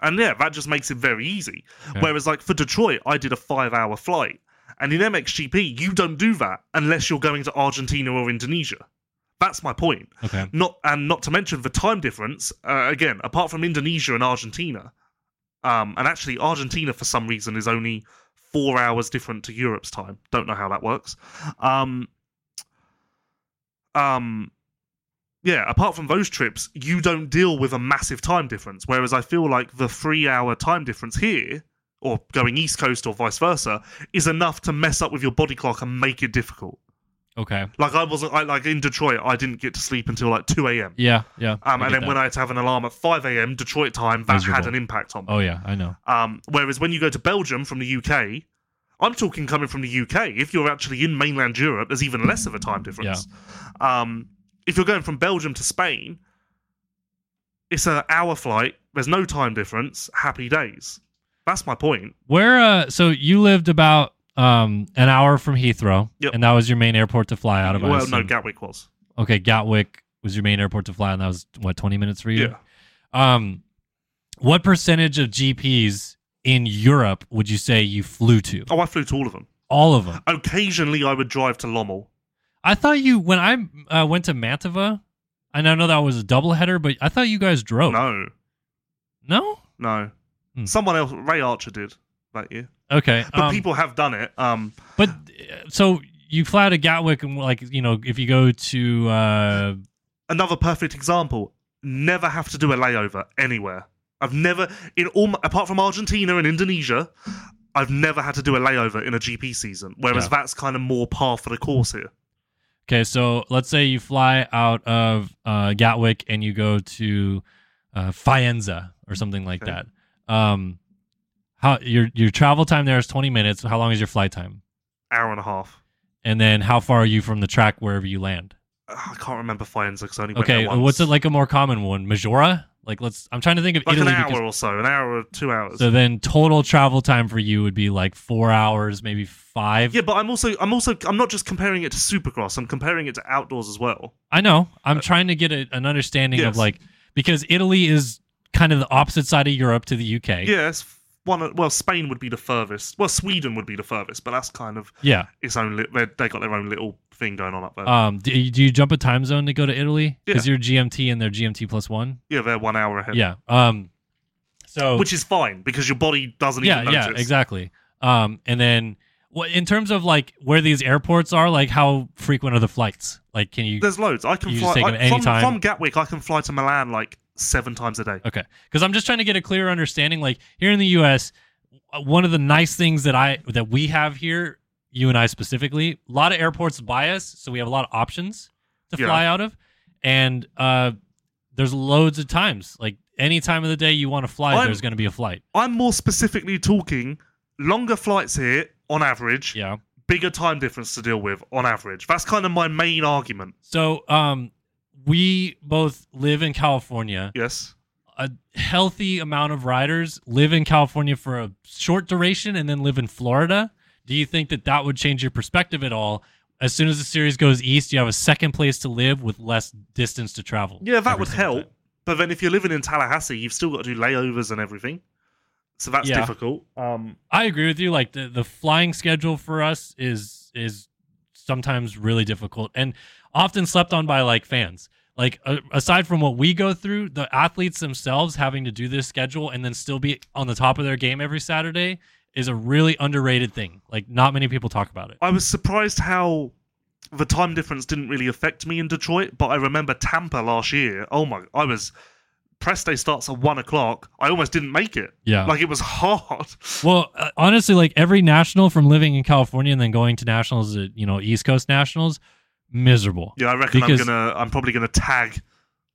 [SPEAKER 4] and yeah that just makes it very easy
[SPEAKER 3] Okay.
[SPEAKER 4] whereas like for Detroit I did a 5 hour flight and in MXGP you don't do that unless you're going to Argentina or Indonesia that's my point
[SPEAKER 3] Okay.
[SPEAKER 4] not and not to mention the time difference uh, again apart from Indonesia and Argentina um and actually Argentina for some reason is only 4 hours different to Europe's time don't know how that works um um yeah apart from those trips you don't deal with a massive time difference whereas i feel like the three hour time difference here or going east coast or vice versa is enough to mess up with your body clock and make it difficult
[SPEAKER 3] Okay.
[SPEAKER 4] like i wasn't I, like in detroit i didn't get to sleep until like 2 a.m
[SPEAKER 3] Yeah. Yeah.
[SPEAKER 4] um,
[SPEAKER 3] I
[SPEAKER 4] and
[SPEAKER 3] get
[SPEAKER 4] then
[SPEAKER 3] that.
[SPEAKER 4] when i had to have an alarm at 5 a.m detroit time that had
[SPEAKER 3] Miserable.
[SPEAKER 4] an impact on me
[SPEAKER 3] oh yeah, I know.
[SPEAKER 4] um, whereas when you go to belgium from the uk i'm talking coming from the uk if you're actually in mainland europe there's even less of a time difference um, if you're going from belgium to spain it's an hour flight there's no time difference happy days that's my point
[SPEAKER 3] Where? Uh, so you lived about um an hour from Heathrow,
[SPEAKER 4] Yep.
[SPEAKER 3] and that was your main airport to fly out of. I
[SPEAKER 4] well no
[SPEAKER 3] assume.
[SPEAKER 4] gatwick was
[SPEAKER 3] okay, Gatwick was your main airport to fly, and that was what twenty minutes for you.
[SPEAKER 4] yeah
[SPEAKER 3] Um, what percentage of GPs in Europe would you say you flew to?
[SPEAKER 4] oh i flew to all of them
[SPEAKER 3] All of them.
[SPEAKER 4] occasionally i would drive to lommel
[SPEAKER 3] I thought you when I uh, went to Mantova, and I know that was a doubleheader, but I thought you guys drove.
[SPEAKER 4] no
[SPEAKER 3] No? Oh.
[SPEAKER 4] No.
[SPEAKER 3] Hmm.
[SPEAKER 4] Someone else, Ray Archer did that year.
[SPEAKER 3] Okay.
[SPEAKER 4] But
[SPEAKER 3] um,
[SPEAKER 4] people have done it. Um,
[SPEAKER 3] But uh, so you fly out of Gatwick, and like you know, if you go to uh,
[SPEAKER 4] another perfect example. Never have to do a layover anywhere. I've never, in all, my- apart from Argentina and Indonesia, I've never had to do a layover in a GP season. Whereas
[SPEAKER 3] Yeah.
[SPEAKER 4] that's kind of more par for the course here.
[SPEAKER 3] okay, so let's say you fly out of uh, Gatwick and you go to uh, Faenza or something like
[SPEAKER 4] Okay.
[SPEAKER 3] that. Um, how your your travel time there is twenty minutes. How long is your flight time?
[SPEAKER 4] Hour and a half.
[SPEAKER 3] And then how far are you from the track wherever you land?
[SPEAKER 4] Ugh, Ah, I can't remember Faenza because I only went
[SPEAKER 3] Okay, uh,
[SPEAKER 4] there once.
[SPEAKER 3] what's it like a more common one? Majora? Like let's I'm trying to think of
[SPEAKER 4] Like
[SPEAKER 3] Italy
[SPEAKER 4] an hour
[SPEAKER 3] because
[SPEAKER 4] or so, an hour or two hours.
[SPEAKER 3] so then total travel time for you would be like 4 hours, maybe 5.
[SPEAKER 4] yeah, but I'm also, I'm also, I'm not just comparing it to Supercross. I'm comparing it to outdoors as well.
[SPEAKER 3] I know. I'm trying to get a, an understanding of
[SPEAKER 4] Uh, Yes.
[SPEAKER 3] like because Italy is kind of the opposite side of Europe to the UK.
[SPEAKER 4] Yeah, it's one. Well, Spain would be the furthest. Well, Sweden would be the furthest, but that's kind of
[SPEAKER 3] Yeah.
[SPEAKER 4] its own. Li- they they got their own little thing going on up there.
[SPEAKER 3] Um do you, do you jump a time zone to go to Italy? Cuz you're GMT and they're GMT plus 1.
[SPEAKER 4] yeah, they're one hour ahead.
[SPEAKER 3] Yeah. Um so
[SPEAKER 4] which is fine because your body doesn't
[SPEAKER 3] yeah,
[SPEAKER 4] even notice.
[SPEAKER 3] yeah, exactly. Um and then what in terms of like where these airports are, like how frequent are the flights? Like can you
[SPEAKER 4] There's loads. I can
[SPEAKER 3] You just
[SPEAKER 4] fly
[SPEAKER 3] take
[SPEAKER 4] I-
[SPEAKER 3] them any
[SPEAKER 4] from,
[SPEAKER 3] time.
[SPEAKER 4] from Gatwick. I can fly to Milan like seven times a day.
[SPEAKER 3] Okay. Because I'm just trying to get a clear understanding. Like here in the U.S., uh, one of the nice things that I that we have here, you and I specifically, a lot of airports buy us, so we have a lot of options to
[SPEAKER 4] Yeah.
[SPEAKER 3] fly out of, and uh, there's loads of times. Like any time of the day you want to fly,
[SPEAKER 4] I'm-
[SPEAKER 3] there's going to be a flight.
[SPEAKER 4] I'm more specifically talking longer flights here on average.
[SPEAKER 3] Yeah.
[SPEAKER 4] Bigger time difference to deal with on average. That's kind of my main argument.
[SPEAKER 3] So um, we both live in California.
[SPEAKER 4] Yes.
[SPEAKER 3] A healthy amount of riders live in California for a short duration and then live in Florida. Do you think that that would change your perspective at all? As soon as the series goes east, you have a second place to live with less distance to travel.
[SPEAKER 4] Yeah, that
[SPEAKER 3] every
[SPEAKER 4] would
[SPEAKER 3] single
[SPEAKER 4] help.
[SPEAKER 3] time.
[SPEAKER 4] But then if you're living in Tallahassee, you've still got to do layovers and everything. So that's
[SPEAKER 3] Yeah.
[SPEAKER 4] difficult. Um,
[SPEAKER 3] I agree with you. Like the, the flying schedule for us is is sometimes really difficult and often slept on by like fans. Like a aside from what we go through, the athletes themselves having to do this schedule and then still be on the top of their game every Saturday is a really underrated thing. Like not many people talk about it.
[SPEAKER 4] I was surprised how the time difference didn't really affect me in Detroit, but I remember Tampa last year. Oh my, I was. Press day starts at one o'clock. I almost didn't make it.
[SPEAKER 3] Yeah.
[SPEAKER 4] Like it was hard.
[SPEAKER 3] Well, uh, honestly, like every national from living in California and then going to nationals, at, you know, East Coast nationals, miserable.
[SPEAKER 4] Yeah, I reckon
[SPEAKER 3] Because-
[SPEAKER 4] I'm gonna. I'm probably gonna tag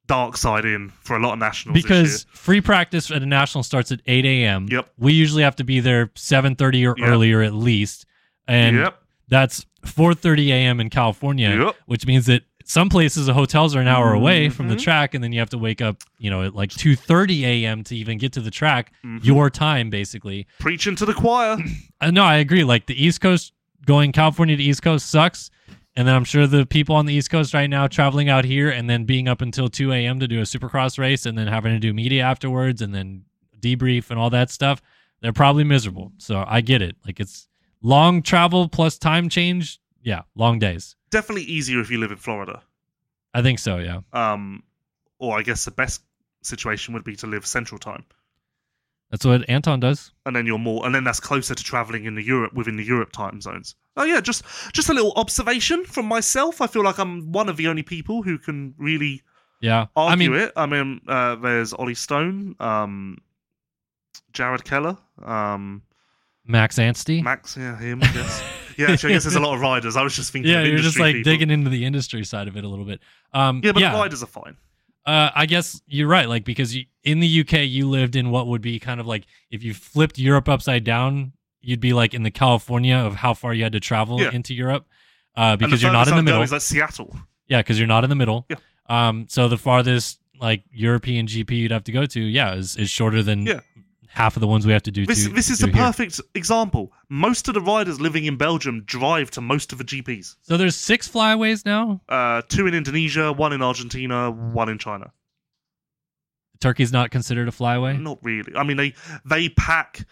[SPEAKER 4] Dark Side in for a lot of nationals this year.
[SPEAKER 3] Because free practice at a national starts at 8 a.m.
[SPEAKER 4] Yep.
[SPEAKER 3] We usually have to be there 7.30 or
[SPEAKER 4] Yep.
[SPEAKER 3] earlier at least. And
[SPEAKER 4] Yep.
[SPEAKER 3] that's 4.30 a.m. in California,
[SPEAKER 4] Yep. Mm-hmm.
[SPEAKER 3] which means that some places the hotels are an hour away from the track. And then you have to wake up, you know, at like 2.30 a.m. to even get to the track,
[SPEAKER 4] Mm-hmm.
[SPEAKER 3] your time basically.
[SPEAKER 4] Preaching to the choir.
[SPEAKER 3] Uh, no, I agree. Like the East Coast going California to East Coast sucks, and then I'm sure the people on the East Coast right now traveling out here and then being up until 2 a.m. to do a Supercross race and then having to do media afterwards and then debrief and all that stuff. They're probably miserable. So I get it. Like it's long travel plus time change. Yeah, long days.
[SPEAKER 4] Definitely easier if you live in Florida.
[SPEAKER 3] I think so. Yeah.
[SPEAKER 4] Um, or I guess the best situation would be to live Central Time.
[SPEAKER 3] That's what Anton does.
[SPEAKER 4] and then you're more and then that's closer to traveling in the Europe within the Europe time zones. Oh yeah, just just a little observation from myself. I feel like I'm one of the only people who can really
[SPEAKER 3] Yeah. I
[SPEAKER 4] argue
[SPEAKER 3] mean,
[SPEAKER 4] it. I mean, uh, there's Ollie Stone, um, Jared Keller, um,
[SPEAKER 3] Max Anstey.
[SPEAKER 4] Max, yeah, him. Yes. yeah, actually, I guess there's a lot of riders. I was just thinking.
[SPEAKER 3] yeah,
[SPEAKER 4] of
[SPEAKER 3] you're just
[SPEAKER 4] industry
[SPEAKER 3] like
[SPEAKER 4] people.
[SPEAKER 3] digging into the industry side of it a little bit. Um,
[SPEAKER 4] Yeah, but
[SPEAKER 3] yeah
[SPEAKER 4] the riders are fine.
[SPEAKER 3] uh, I guess you're right. Like because you, in the UK, you lived in what would be kind of like if you flipped Europe upside down, you'd be like in the California of how far you had to travel
[SPEAKER 4] Yeah.
[SPEAKER 3] into Europe uh,
[SPEAKER 4] And
[SPEAKER 3] because you're not
[SPEAKER 4] furthest
[SPEAKER 3] in the
[SPEAKER 4] I'd go
[SPEAKER 3] middle.
[SPEAKER 4] Is like Seattle.
[SPEAKER 3] Yeah, because you're not in the middle.
[SPEAKER 4] Yeah.
[SPEAKER 3] Um. So the farthest like European GP you'd have to go to, yeah, is, is shorter than
[SPEAKER 4] Yeah.
[SPEAKER 3] half of the ones we have to do.
[SPEAKER 4] This
[SPEAKER 3] to,
[SPEAKER 4] this is
[SPEAKER 3] do
[SPEAKER 4] the
[SPEAKER 3] here.
[SPEAKER 4] perfect example. Most of the riders living in Belgium drive to most of the GPS.
[SPEAKER 3] So there's six flyaways now.
[SPEAKER 4] Uh, two in Indonesia, one in Argentina, one in China.
[SPEAKER 3] Turkey's not considered a flyway.
[SPEAKER 4] Not really. I mean, they they pack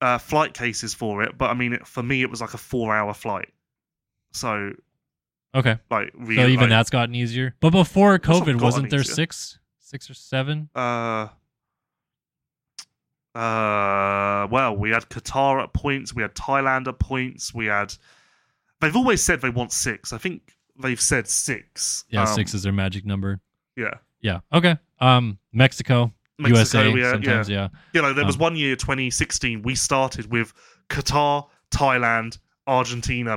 [SPEAKER 4] uh, flight cases for it, but I mean, it, for me, it was like a four-hour flight. So,
[SPEAKER 3] Okay.
[SPEAKER 4] like, really,
[SPEAKER 3] So even
[SPEAKER 4] like,
[SPEAKER 3] that's gotten easier. But before
[SPEAKER 4] not
[SPEAKER 3] COVID,
[SPEAKER 4] gotten
[SPEAKER 3] wasn't there
[SPEAKER 4] easier.
[SPEAKER 3] six, six or seven?
[SPEAKER 4] uh, uh, well, we had Qatar at points, we had Thailand at points, we had. They've always said they want six. I think they've said six.
[SPEAKER 3] Yeah,
[SPEAKER 4] Um,
[SPEAKER 3] six is their magic number.
[SPEAKER 4] Yeah.
[SPEAKER 3] Yeah. Okay. Um, Mexico, USA.
[SPEAKER 4] we had-
[SPEAKER 3] sometimes, yeah.
[SPEAKER 4] You know, there was
[SPEAKER 3] Um,
[SPEAKER 4] one year, 2016, we started with Qatar, Thailand, Argentina,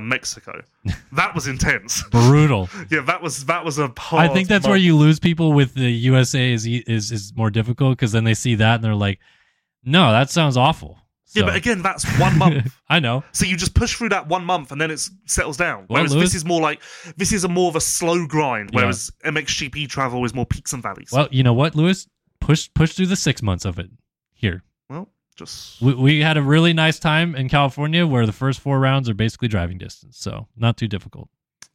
[SPEAKER 4] Mexico. That was intense.
[SPEAKER 3] Brutal.
[SPEAKER 4] yeah, that was that was a hard.
[SPEAKER 3] I think that's where
[SPEAKER 4] month.
[SPEAKER 3] you lose people with the USA is e- is is more difficult because then they see that and they're like, no, that sounds awful.
[SPEAKER 4] Yeah,
[SPEAKER 3] So-
[SPEAKER 4] but again, that's one month.
[SPEAKER 3] I know.
[SPEAKER 4] so you just push through that one month, and then it settles down.
[SPEAKER 3] Well,
[SPEAKER 4] Whereas
[SPEAKER 3] Lewis-
[SPEAKER 4] this is more like this is a more of a slow grind.
[SPEAKER 3] Yeah.
[SPEAKER 4] Whereas MXGP travel is more peaks and valleys.
[SPEAKER 3] Well, you know what, Lewis? Push push through the six months of it. Here,
[SPEAKER 4] Well, just
[SPEAKER 3] we, we had a really nice time in California where the first four rounds are basically driving distance, so not too difficult.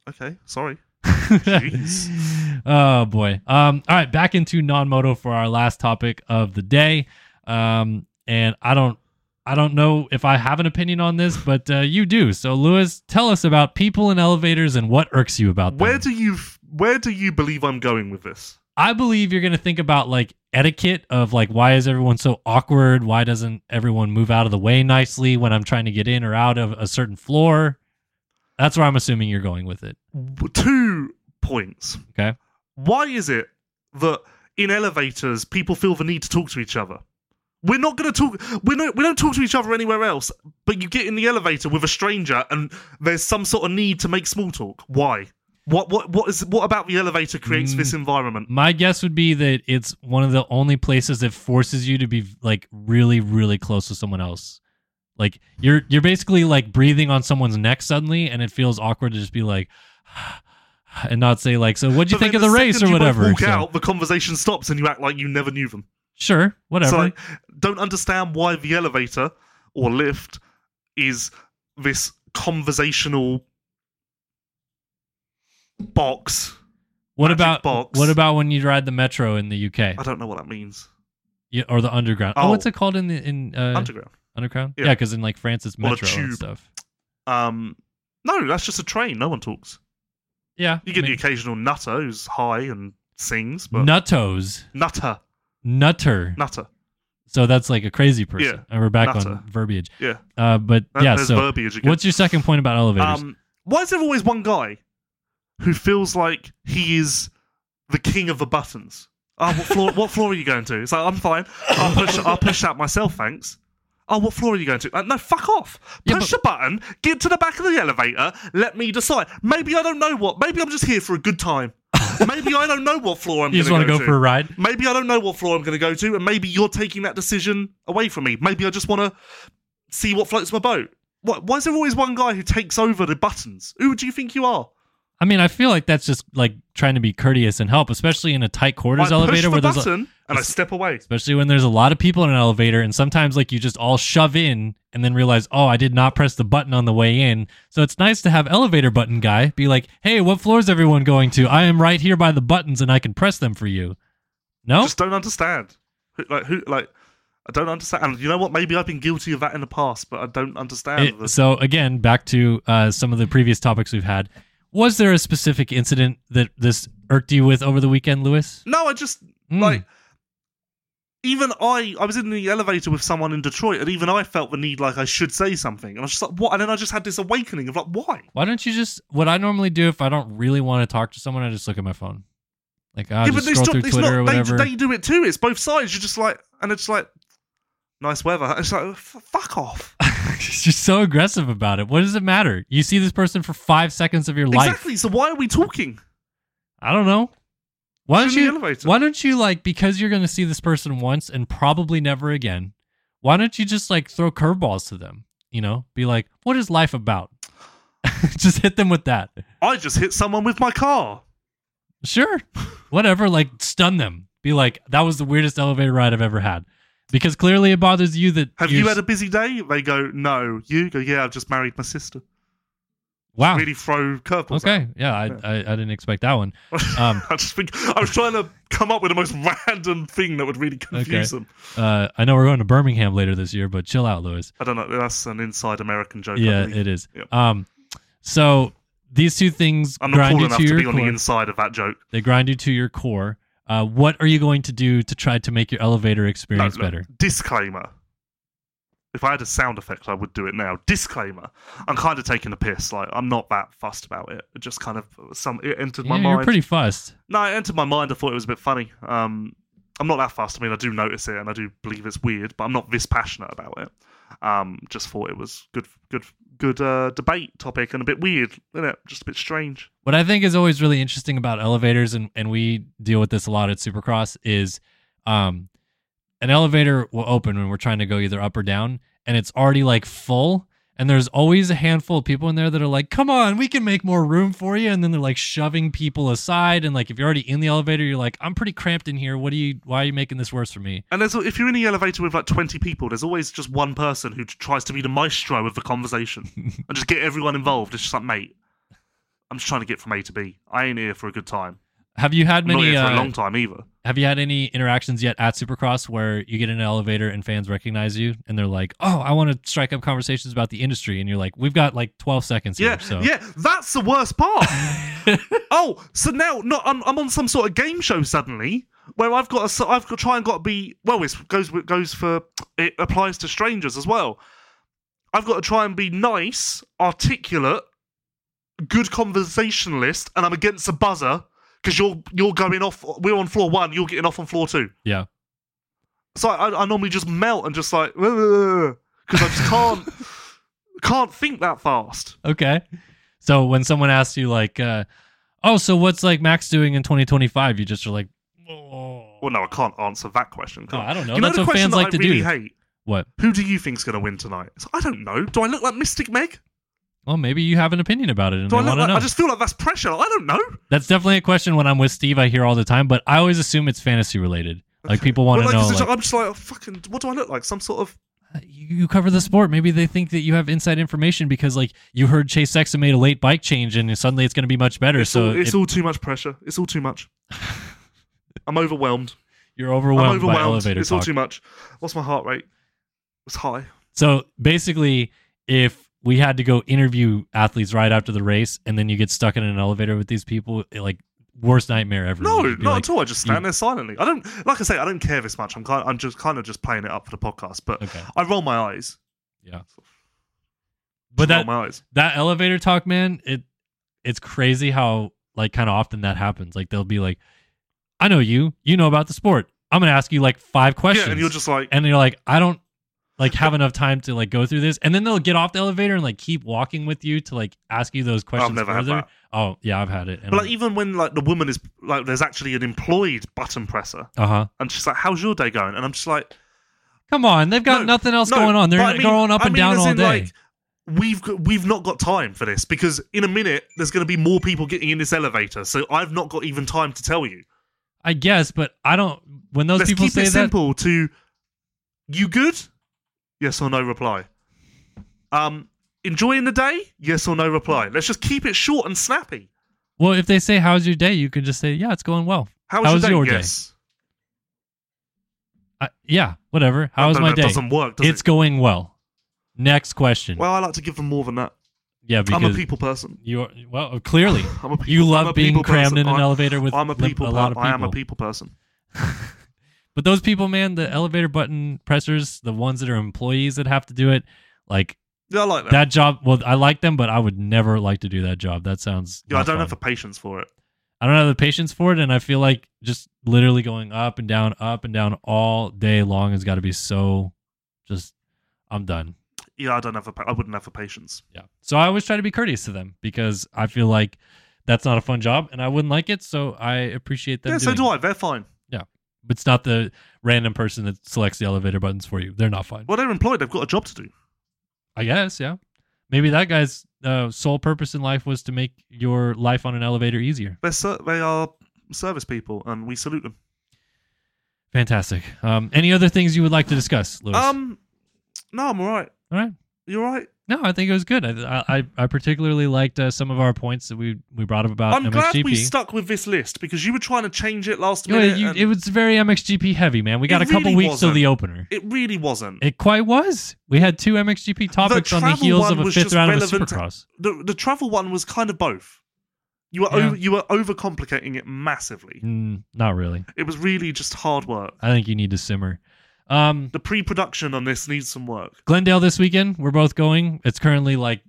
[SPEAKER 4] okay. Sorry. Jeez.
[SPEAKER 3] oh boy. Um, all right, back into non-moto for our last topic of the day. Um, and I don't, I don't know if I have an opinion on this, but uh, you do. So, Lewis, tell us about people in elevators and what irks you about them.
[SPEAKER 4] Where do you f- where do you believe I'm going with this?
[SPEAKER 3] I believe you're going to think about like etiquette of like why is everyone so awkward? Why doesn't everyone move out of the way nicely when I'm trying to get in or out of a certain floor? That's where I'm assuming you're going with it.
[SPEAKER 4] W- Two points.
[SPEAKER 3] Okay.
[SPEAKER 4] why is it that in elevators people feel the need to talk to each other? We're not going to talk. We don't. We don't talk to each other anywhere else. But you get in the elevator with a stranger, and there's some sort of need to make small talk. Why? What? What? What is? What about the elevator creates this
[SPEAKER 3] Mm.
[SPEAKER 4] environment?
[SPEAKER 3] My guess would be that it's one of the only places that forces you to be like really, really close to someone else. Like you're you're basically like breathing on someone's neck suddenly, and it feels awkward to just be like, and not say like, so what'd you
[SPEAKER 4] But
[SPEAKER 3] think of
[SPEAKER 4] then
[SPEAKER 3] the
[SPEAKER 4] second
[SPEAKER 3] race or
[SPEAKER 4] you both
[SPEAKER 3] whatever?
[SPEAKER 4] Walk
[SPEAKER 3] So,
[SPEAKER 4] out, the conversation stops, and you act like you never knew them.
[SPEAKER 3] sure, whatever.
[SPEAKER 4] So like, don't understand why the elevator or lift is this conversational box.
[SPEAKER 3] what
[SPEAKER 4] magic
[SPEAKER 3] about
[SPEAKER 4] box.
[SPEAKER 3] what about when you ride the metro in the
[SPEAKER 4] I
[SPEAKER 3] UK
[SPEAKER 4] don't know what that means.
[SPEAKER 3] Yeah, or the underground? Oh,
[SPEAKER 4] Oh.
[SPEAKER 3] what's it called in the in uh,
[SPEAKER 4] Underground.
[SPEAKER 3] underground?
[SPEAKER 4] Yeah.
[SPEAKER 3] Yeah, because in like France it's
[SPEAKER 4] Or the
[SPEAKER 3] metro and
[SPEAKER 4] tube.
[SPEAKER 3] stuff.
[SPEAKER 4] Um, no, that's just a train. No one talks.
[SPEAKER 3] Yeah,
[SPEAKER 4] You get
[SPEAKER 3] I mean,
[SPEAKER 4] the occasional nutter who's high and sings, but
[SPEAKER 3] nuttos,
[SPEAKER 4] nutter,
[SPEAKER 3] nutter.
[SPEAKER 4] nutter.
[SPEAKER 3] So that's like a crazy person.
[SPEAKER 4] Yeah.
[SPEAKER 3] And we're back
[SPEAKER 4] Nutter.
[SPEAKER 3] on verbiage.
[SPEAKER 4] Yeah,
[SPEAKER 3] Uh, but
[SPEAKER 4] That-
[SPEAKER 3] yeah,
[SPEAKER 4] there's
[SPEAKER 3] so
[SPEAKER 4] verbiage again.
[SPEAKER 3] what's your second point about elevators?
[SPEAKER 4] um, why is there always one guy who feels like he is the king of the buttons? Oh, what floor? what floor are you going to? It's like I'm fine. I'll push. I'll push out myself, thanks. Oh, what floor are you going to? Uh, no, fuck off. Push
[SPEAKER 3] Yeah,
[SPEAKER 4] the button. Get to the back of the elevator. Let me decide. Maybe I don't know what. Maybe I'm just here for a good time. Maybe I don't know what floor I'm.
[SPEAKER 3] you just
[SPEAKER 4] going
[SPEAKER 3] want to go for a ride?
[SPEAKER 4] maybe I don't know what floor I'm going to go to, and maybe you're taking that decision away from me. Maybe I just want to see what floats my boat. Why, why is there always one guy who takes over the buttons? Who do you think you are?
[SPEAKER 3] I mean, I feel like that's just like trying to be courteous and help, especially in a tight quarters
[SPEAKER 4] I push
[SPEAKER 3] elevator
[SPEAKER 4] the
[SPEAKER 3] where there's, a,
[SPEAKER 4] button and I step away.
[SPEAKER 3] especially when there's a lot of people in an elevator, and sometimes like you just all shove in and then realize, oh, I did not press the button on the way in. So it's nice to have elevator button guy be like, hey, what floor is everyone going to? I am right here by the buttons, and I can press them for you. No,
[SPEAKER 4] Just don't understand. Who- Like who? Like I don't understand. And you know what? Maybe I've been guilty of that in the past, but I don't understand.
[SPEAKER 3] It-
[SPEAKER 4] the-
[SPEAKER 3] so again, back to uh, some of the previous topics we've had. Was there a specific incident that this irked you with over the weekend, Lewis?
[SPEAKER 4] no, I just
[SPEAKER 3] Mm.
[SPEAKER 4] like even I, I was in the elevator with someone in Detroit, and even I felt the need like I should say something. And I was just like, what? And then I just had this awakening of like, why?
[SPEAKER 3] Why don't you just what I normally do if I don't really want to talk to someone, I just look at my phone. Like I just
[SPEAKER 4] it's
[SPEAKER 3] scroll through
[SPEAKER 4] it's
[SPEAKER 3] Twitter or
[SPEAKER 4] they,
[SPEAKER 3] whatever.
[SPEAKER 4] they do it too. It's both sides. You're just like, and it's like, nice weather. It's like, f- fuck off.
[SPEAKER 3] She's just so aggressive about it. What does it matter? You see this person for five seconds of your life.
[SPEAKER 4] Exactly. So why are we talking?
[SPEAKER 3] I don't know. Why don't
[SPEAKER 4] It's in the
[SPEAKER 3] you?
[SPEAKER 4] elevator.
[SPEAKER 3] Why don't you like because you're going to see this person once and probably never again? Why don't you just like throw curveballs to them? You know, be like, "What is life about?" just hit them with that.
[SPEAKER 4] I just hit someone with my car.
[SPEAKER 3] Sure, whatever. Like stun them. Be like, "That was the weirdest elevator ride I've ever had," because clearly it bothers you that
[SPEAKER 4] Have you
[SPEAKER 3] you're-
[SPEAKER 4] had a busy day? They go, no. You go, yeah. I've just married my sister.
[SPEAKER 3] wow.
[SPEAKER 4] Really throw curveballs. at
[SPEAKER 3] Ah. Okay, yeah, I, I I didn't expect that one. Um,
[SPEAKER 4] I just think I was trying to come up with the most random thing that would really confuse
[SPEAKER 3] Okay.
[SPEAKER 4] them.
[SPEAKER 3] uh, I know we're going to Birmingham later this year, but chill out, Lewis.
[SPEAKER 4] I don't know. That's an inside American joke. I
[SPEAKER 3] yeah,
[SPEAKER 4] believe.
[SPEAKER 3] it is.
[SPEAKER 4] Yep.
[SPEAKER 3] Um, so these two things
[SPEAKER 4] I'm not
[SPEAKER 3] grind
[SPEAKER 4] cool
[SPEAKER 3] you
[SPEAKER 4] enough
[SPEAKER 3] to
[SPEAKER 4] to
[SPEAKER 3] your
[SPEAKER 4] be on the
[SPEAKER 3] core.
[SPEAKER 4] inside of that joke.
[SPEAKER 3] they grind you to your core. Uh, what are you going to do to try to make your elevator
[SPEAKER 4] No,
[SPEAKER 3] experience
[SPEAKER 4] look,
[SPEAKER 3] better?
[SPEAKER 4] Disclaimer. If I had a sound effect, I would do it now. Disclaimer. I'm kind of taking a piss. Like I'm not that fussed about it. It just kind of some. It entered my
[SPEAKER 3] Yeah,
[SPEAKER 4] mind.
[SPEAKER 3] you're pretty fussed.
[SPEAKER 4] No, it entered my mind. I thought it was a bit funny. Um, I'm not that fast. I mean, I do notice it and I do believe it's weird, but I'm not this passionate about it. Um, just thought it was good, good, good uh, debate topic and a bit weird, isn't it? Just a bit strange.
[SPEAKER 3] What I think is always really interesting about elevators, and, and we deal with this a lot at Supercross, is um, an elevator will open when we're trying to go either up or down, and it's already like full. And there's always a handful of people in there that are like, come on, we can make more room for you. And then they're like shoving people aside. And like, if you're already in the elevator, you're like, I'm pretty cramped in here. What are you, why are you making this worse for me?
[SPEAKER 4] And there's if you're in the elevator with like 20 people, there's always just one person who tries to be the maestro of the conversation and just get everyone involved. It's just like, mate, I'm just trying to get from A to B. I ain't here for a good time.
[SPEAKER 3] Have you had
[SPEAKER 4] I'm not
[SPEAKER 3] many,
[SPEAKER 4] here for a
[SPEAKER 3] uh,
[SPEAKER 4] long time either.
[SPEAKER 3] have you had any interactions yet at Supercross where you get in an elevator and fans recognize you and they're like, oh, I want to strike up conversations about the industry. And you're like, we've got like 12 seconds
[SPEAKER 4] Yeah,
[SPEAKER 3] here. So
[SPEAKER 4] yeah, that's the worst part. oh, so now no, I'm I'm on some sort of game show suddenly where I've got to, s- I've got try and got to be well. It goes it goes for it applies to strangers as well. I've got to try and be nice, articulate, good conversationalist, and I'm against the buzzer because you're you're going off. We're on floor one. You're getting off on floor two.
[SPEAKER 3] Yeah.
[SPEAKER 4] So I, I normally just melt and just like because I just can't can't think that fast.
[SPEAKER 3] Okay. So when someone asks you like, uh, oh, so what's like Max doing in 2025? You just are like, oh,
[SPEAKER 4] Well, no, I can't answer that question.
[SPEAKER 3] Oh,
[SPEAKER 4] Can
[SPEAKER 3] I don't know.
[SPEAKER 4] You know
[SPEAKER 3] That's
[SPEAKER 4] the
[SPEAKER 3] what fans
[SPEAKER 4] question that
[SPEAKER 3] like
[SPEAKER 4] I
[SPEAKER 3] to
[SPEAKER 4] really
[SPEAKER 3] do.
[SPEAKER 4] hate.
[SPEAKER 3] What?
[SPEAKER 4] Who do you think's going to win tonight? It's like, I don't know. Do I look like Mystic Meg?
[SPEAKER 3] Well, maybe you have an opinion about it and they
[SPEAKER 4] Do I look
[SPEAKER 3] want to
[SPEAKER 4] like?
[SPEAKER 3] know.
[SPEAKER 4] I just feel like that's pressure. Like, I don't know.
[SPEAKER 3] That's definitely a question when I'm with Steve. I hear all the time, but I always assume it's fantasy related. Like people want
[SPEAKER 4] Well,
[SPEAKER 3] to
[SPEAKER 4] like, 'cause it's
[SPEAKER 3] know.
[SPEAKER 4] like-
[SPEAKER 3] Like,
[SPEAKER 4] I'm just like, oh, fucking. What do I look like? Some sort of.
[SPEAKER 3] you you cover the sport. Maybe they think that you have inside information because like you heard Chase Sexton made a late bike change and suddenly it's going to be much better.
[SPEAKER 4] It's,
[SPEAKER 3] so
[SPEAKER 4] all, oh, it's
[SPEAKER 3] it-
[SPEAKER 4] all too much pressure. It's all too much. I'm overwhelmed.
[SPEAKER 3] you're
[SPEAKER 4] I'm
[SPEAKER 3] overwhelmed, by
[SPEAKER 4] overwhelmed.
[SPEAKER 3] elevator
[SPEAKER 4] It's all
[SPEAKER 3] talk.
[SPEAKER 4] too much. What's my heart rate? It's high.
[SPEAKER 3] So basically, if we had to go interview athletes right after the race, and then you get stuck in an elevator with these people, it, like worst nightmare ever.
[SPEAKER 4] No,
[SPEAKER 3] Mm, You'd
[SPEAKER 4] not
[SPEAKER 3] be like,
[SPEAKER 4] at all. I just stand there silently. I don't. Like I say, I don't care this much. I'm kind. I'm just kind of just playing it up for the podcast. But
[SPEAKER 3] Okay,
[SPEAKER 4] I roll my eyes.
[SPEAKER 3] but
[SPEAKER 4] Just roll
[SPEAKER 3] that
[SPEAKER 4] my eyes.
[SPEAKER 3] that elevator talk, man, it it's crazy how like kind of often that happens. Like they'll be like, "I know you, you know about the sport. I'm gonna ask you like five questions,"
[SPEAKER 4] Yeah, and you're just like.
[SPEAKER 3] and you're like, "I don't." Like have enough time to like go through this, and then they'll get off the elevator and like keep walking with you to like ask you those questions
[SPEAKER 4] never had
[SPEAKER 3] further.
[SPEAKER 4] that.
[SPEAKER 3] Oh yeah, I've had it. And
[SPEAKER 4] But like even when like the woman is like there's actually an employed button presser
[SPEAKER 3] uh huh.
[SPEAKER 4] and she's like, How's your day going? And I'm just like
[SPEAKER 3] Come on, they've got
[SPEAKER 4] No,
[SPEAKER 3] nothing else
[SPEAKER 4] no,
[SPEAKER 3] going on. They're
[SPEAKER 4] but I mean-
[SPEAKER 3] going up
[SPEAKER 4] I
[SPEAKER 3] and
[SPEAKER 4] mean,
[SPEAKER 3] down
[SPEAKER 4] as
[SPEAKER 3] all
[SPEAKER 4] in,
[SPEAKER 3] day.
[SPEAKER 4] like, We've got, we've not got time for this because in a minute there's going to be more people getting in this elevator, so I've not got even time to tell you.
[SPEAKER 3] I guess, but I don't. When those
[SPEAKER 4] Let's
[SPEAKER 3] people
[SPEAKER 4] keep
[SPEAKER 3] say
[SPEAKER 4] it
[SPEAKER 3] that,
[SPEAKER 4] simple to you good? Yes or no reply. Um, enjoying the day? Yes or no reply. Let's just keep it short and snappy.
[SPEAKER 3] well, if they say "How's your day," you can just say, "Yeah, it's going well."
[SPEAKER 4] How
[SPEAKER 3] How's
[SPEAKER 4] was your
[SPEAKER 3] your day?
[SPEAKER 4] day? yes.
[SPEAKER 3] I, yeah, whatever. How's
[SPEAKER 4] No,
[SPEAKER 3] my
[SPEAKER 4] that
[SPEAKER 3] day?
[SPEAKER 4] Doesn't work. Does
[SPEAKER 3] it's
[SPEAKER 4] it?
[SPEAKER 3] going well. Next question.
[SPEAKER 4] Well, I like to give them more than that.
[SPEAKER 3] yeah, because
[SPEAKER 4] I'm a people person.
[SPEAKER 3] you are well clearly
[SPEAKER 4] I'm a people,
[SPEAKER 3] you
[SPEAKER 4] I'm
[SPEAKER 3] love
[SPEAKER 4] a
[SPEAKER 3] being
[SPEAKER 4] people
[SPEAKER 3] crammed
[SPEAKER 4] person.
[SPEAKER 3] in an
[SPEAKER 4] I-
[SPEAKER 3] elevator with
[SPEAKER 4] I'm a
[SPEAKER 3] lim-
[SPEAKER 4] people.
[SPEAKER 3] a lot of
[SPEAKER 4] per-
[SPEAKER 3] people.
[SPEAKER 4] I am a people person.
[SPEAKER 3] But those people, man, the elevator button pressers, the ones that are employees that have to do it, like
[SPEAKER 4] Yeah, I like that.
[SPEAKER 3] that job. Well, I like them, but I would never like to do that job. That sounds.
[SPEAKER 4] yeah, I
[SPEAKER 3] not
[SPEAKER 4] don't
[SPEAKER 3] fun.
[SPEAKER 4] have the patience for it.
[SPEAKER 3] I don't have the patience for it, and I feel like just literally going up and down, up and down all day long has got to be so. Just, I'm done.
[SPEAKER 4] Yeah, I don't have. The, pa- I wouldn't have the patience.
[SPEAKER 3] Yeah. So I always try to be courteous to them because I feel like that's not a fun job, and I wouldn't like it. So I appreciate them.
[SPEAKER 4] yeah, so
[SPEAKER 3] doing
[SPEAKER 4] do
[SPEAKER 3] it.
[SPEAKER 4] I. They're fine.
[SPEAKER 3] But it's not the random person that selects the elevator buttons for you. They're not fine.
[SPEAKER 4] Well, they're employed. They've got a job to do.
[SPEAKER 3] I guess, yeah. Maybe that guy's uh, sole purpose in life was to make your life on an elevator easier.
[SPEAKER 4] They're ser- they are service people, and we salute them.
[SPEAKER 3] Fantastic. Um, any other things you would like to discuss, Lewis?
[SPEAKER 4] Um, no, I'm all right.
[SPEAKER 3] All right.
[SPEAKER 4] You all right?
[SPEAKER 3] No, I think it was good. I I, I particularly liked uh, some of our points that we we brought up about
[SPEAKER 4] I'm glad
[SPEAKER 3] MXGP.
[SPEAKER 4] we stuck with this list because you were trying to change it last
[SPEAKER 3] You know,
[SPEAKER 4] minute.
[SPEAKER 3] you-
[SPEAKER 4] and
[SPEAKER 3] it was very MXGP heavy, man. We got
[SPEAKER 4] It
[SPEAKER 3] a couple
[SPEAKER 4] really
[SPEAKER 3] weeks till
[SPEAKER 4] wasn't.
[SPEAKER 3] the opener.
[SPEAKER 4] it really wasn't.
[SPEAKER 3] It quite was. We had two MXGP topics on the
[SPEAKER 4] travel
[SPEAKER 3] heels
[SPEAKER 4] one
[SPEAKER 3] of a
[SPEAKER 4] was
[SPEAKER 3] fifth
[SPEAKER 4] just
[SPEAKER 3] round of a
[SPEAKER 4] relevant to-
[SPEAKER 3] supercross.
[SPEAKER 4] the the travel one was kind of both. You were
[SPEAKER 3] Yeah.
[SPEAKER 4] over, you were overcomplicating it massively.
[SPEAKER 3] Mm, not really.
[SPEAKER 4] It was really just hard work.
[SPEAKER 3] I think you need to simmer. Um,
[SPEAKER 4] The pre-production on this needs some work.
[SPEAKER 3] Glendale this weekend. We're both going. It's currently like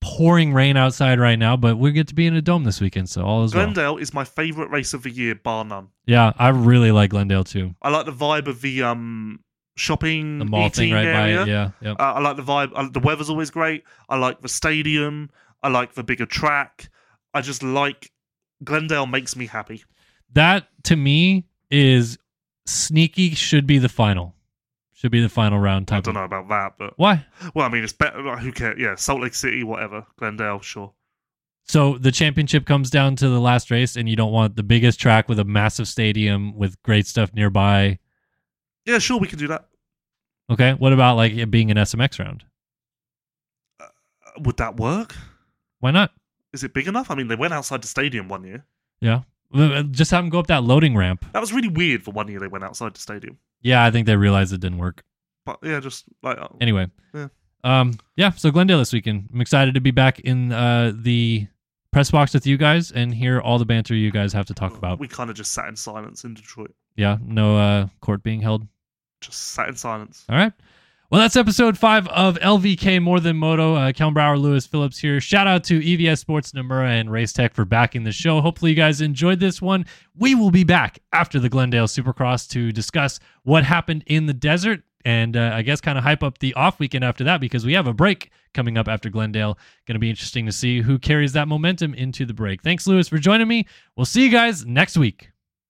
[SPEAKER 3] pouring rain outside right now, but we get to be in a dome this weekend, so all is well.
[SPEAKER 4] Glendale is my favorite race of the year, bar none.
[SPEAKER 3] Yeah, I really like Glendale too.
[SPEAKER 4] I like the vibe of the um shopping,
[SPEAKER 3] The mall
[SPEAKER 4] eating
[SPEAKER 3] thing right
[SPEAKER 4] E area.
[SPEAKER 3] by it. Yeah, yeah.
[SPEAKER 4] Uh, I like the vibe. Uh, the weather's always great. I like the stadium. I like the bigger track. I just like Glendale makes me happy.
[SPEAKER 3] that to me is sneaky. Should be the final. Should be the final round
[SPEAKER 4] I
[SPEAKER 3] type.
[SPEAKER 4] don't
[SPEAKER 3] of-
[SPEAKER 4] know about that, but
[SPEAKER 3] Why?
[SPEAKER 4] well, I mean, it's better. like, Who cares? Yeah, Salt Lake City, whatever. Glendale, sure.
[SPEAKER 3] So the championship comes down to the last race, and you don't want the biggest track with a massive stadium with great stuff nearby.
[SPEAKER 4] Yeah, sure, we can do that.
[SPEAKER 3] Okay, what about like it being an SMX round?
[SPEAKER 4] Uh, Would that work?
[SPEAKER 3] Why not?
[SPEAKER 4] Is it big enough? I mean, they went outside the stadium one year.
[SPEAKER 3] Yeah, just have them go up that loading ramp.
[SPEAKER 4] That was really weird for one year they went outside the stadium.
[SPEAKER 3] Yeah, I think they realized it didn't work.
[SPEAKER 4] But yeah, just like uh,
[SPEAKER 3] Anyway.
[SPEAKER 4] Yeah.
[SPEAKER 3] Um yeah, so Glendale this weekend. I'm excited to be back in uh the press box with you guys and hear all the banter you guys have to talk about.
[SPEAKER 4] uh, Oh, we kind of just sat in silence in Detroit.
[SPEAKER 3] Yeah, no uh court being held.
[SPEAKER 4] Just sat in silence.
[SPEAKER 3] All right. Well, that's episode five of LVK More Than Moto. Uh, Kellen Brower, Lewis Phillips here. Shout out to EVS Sports Nomura and Race Tech for backing the show. Hopefully, you guys enjoyed this one. We will be back after the Glendale Supercross to discuss what happened in the desert and uh, I guess kind of hype up the off weekend after that because we have a break coming up after Glendale. Going to be interesting to see who carries that momentum into the break. Thanks, Lewis, for joining me. We'll see you guys next week.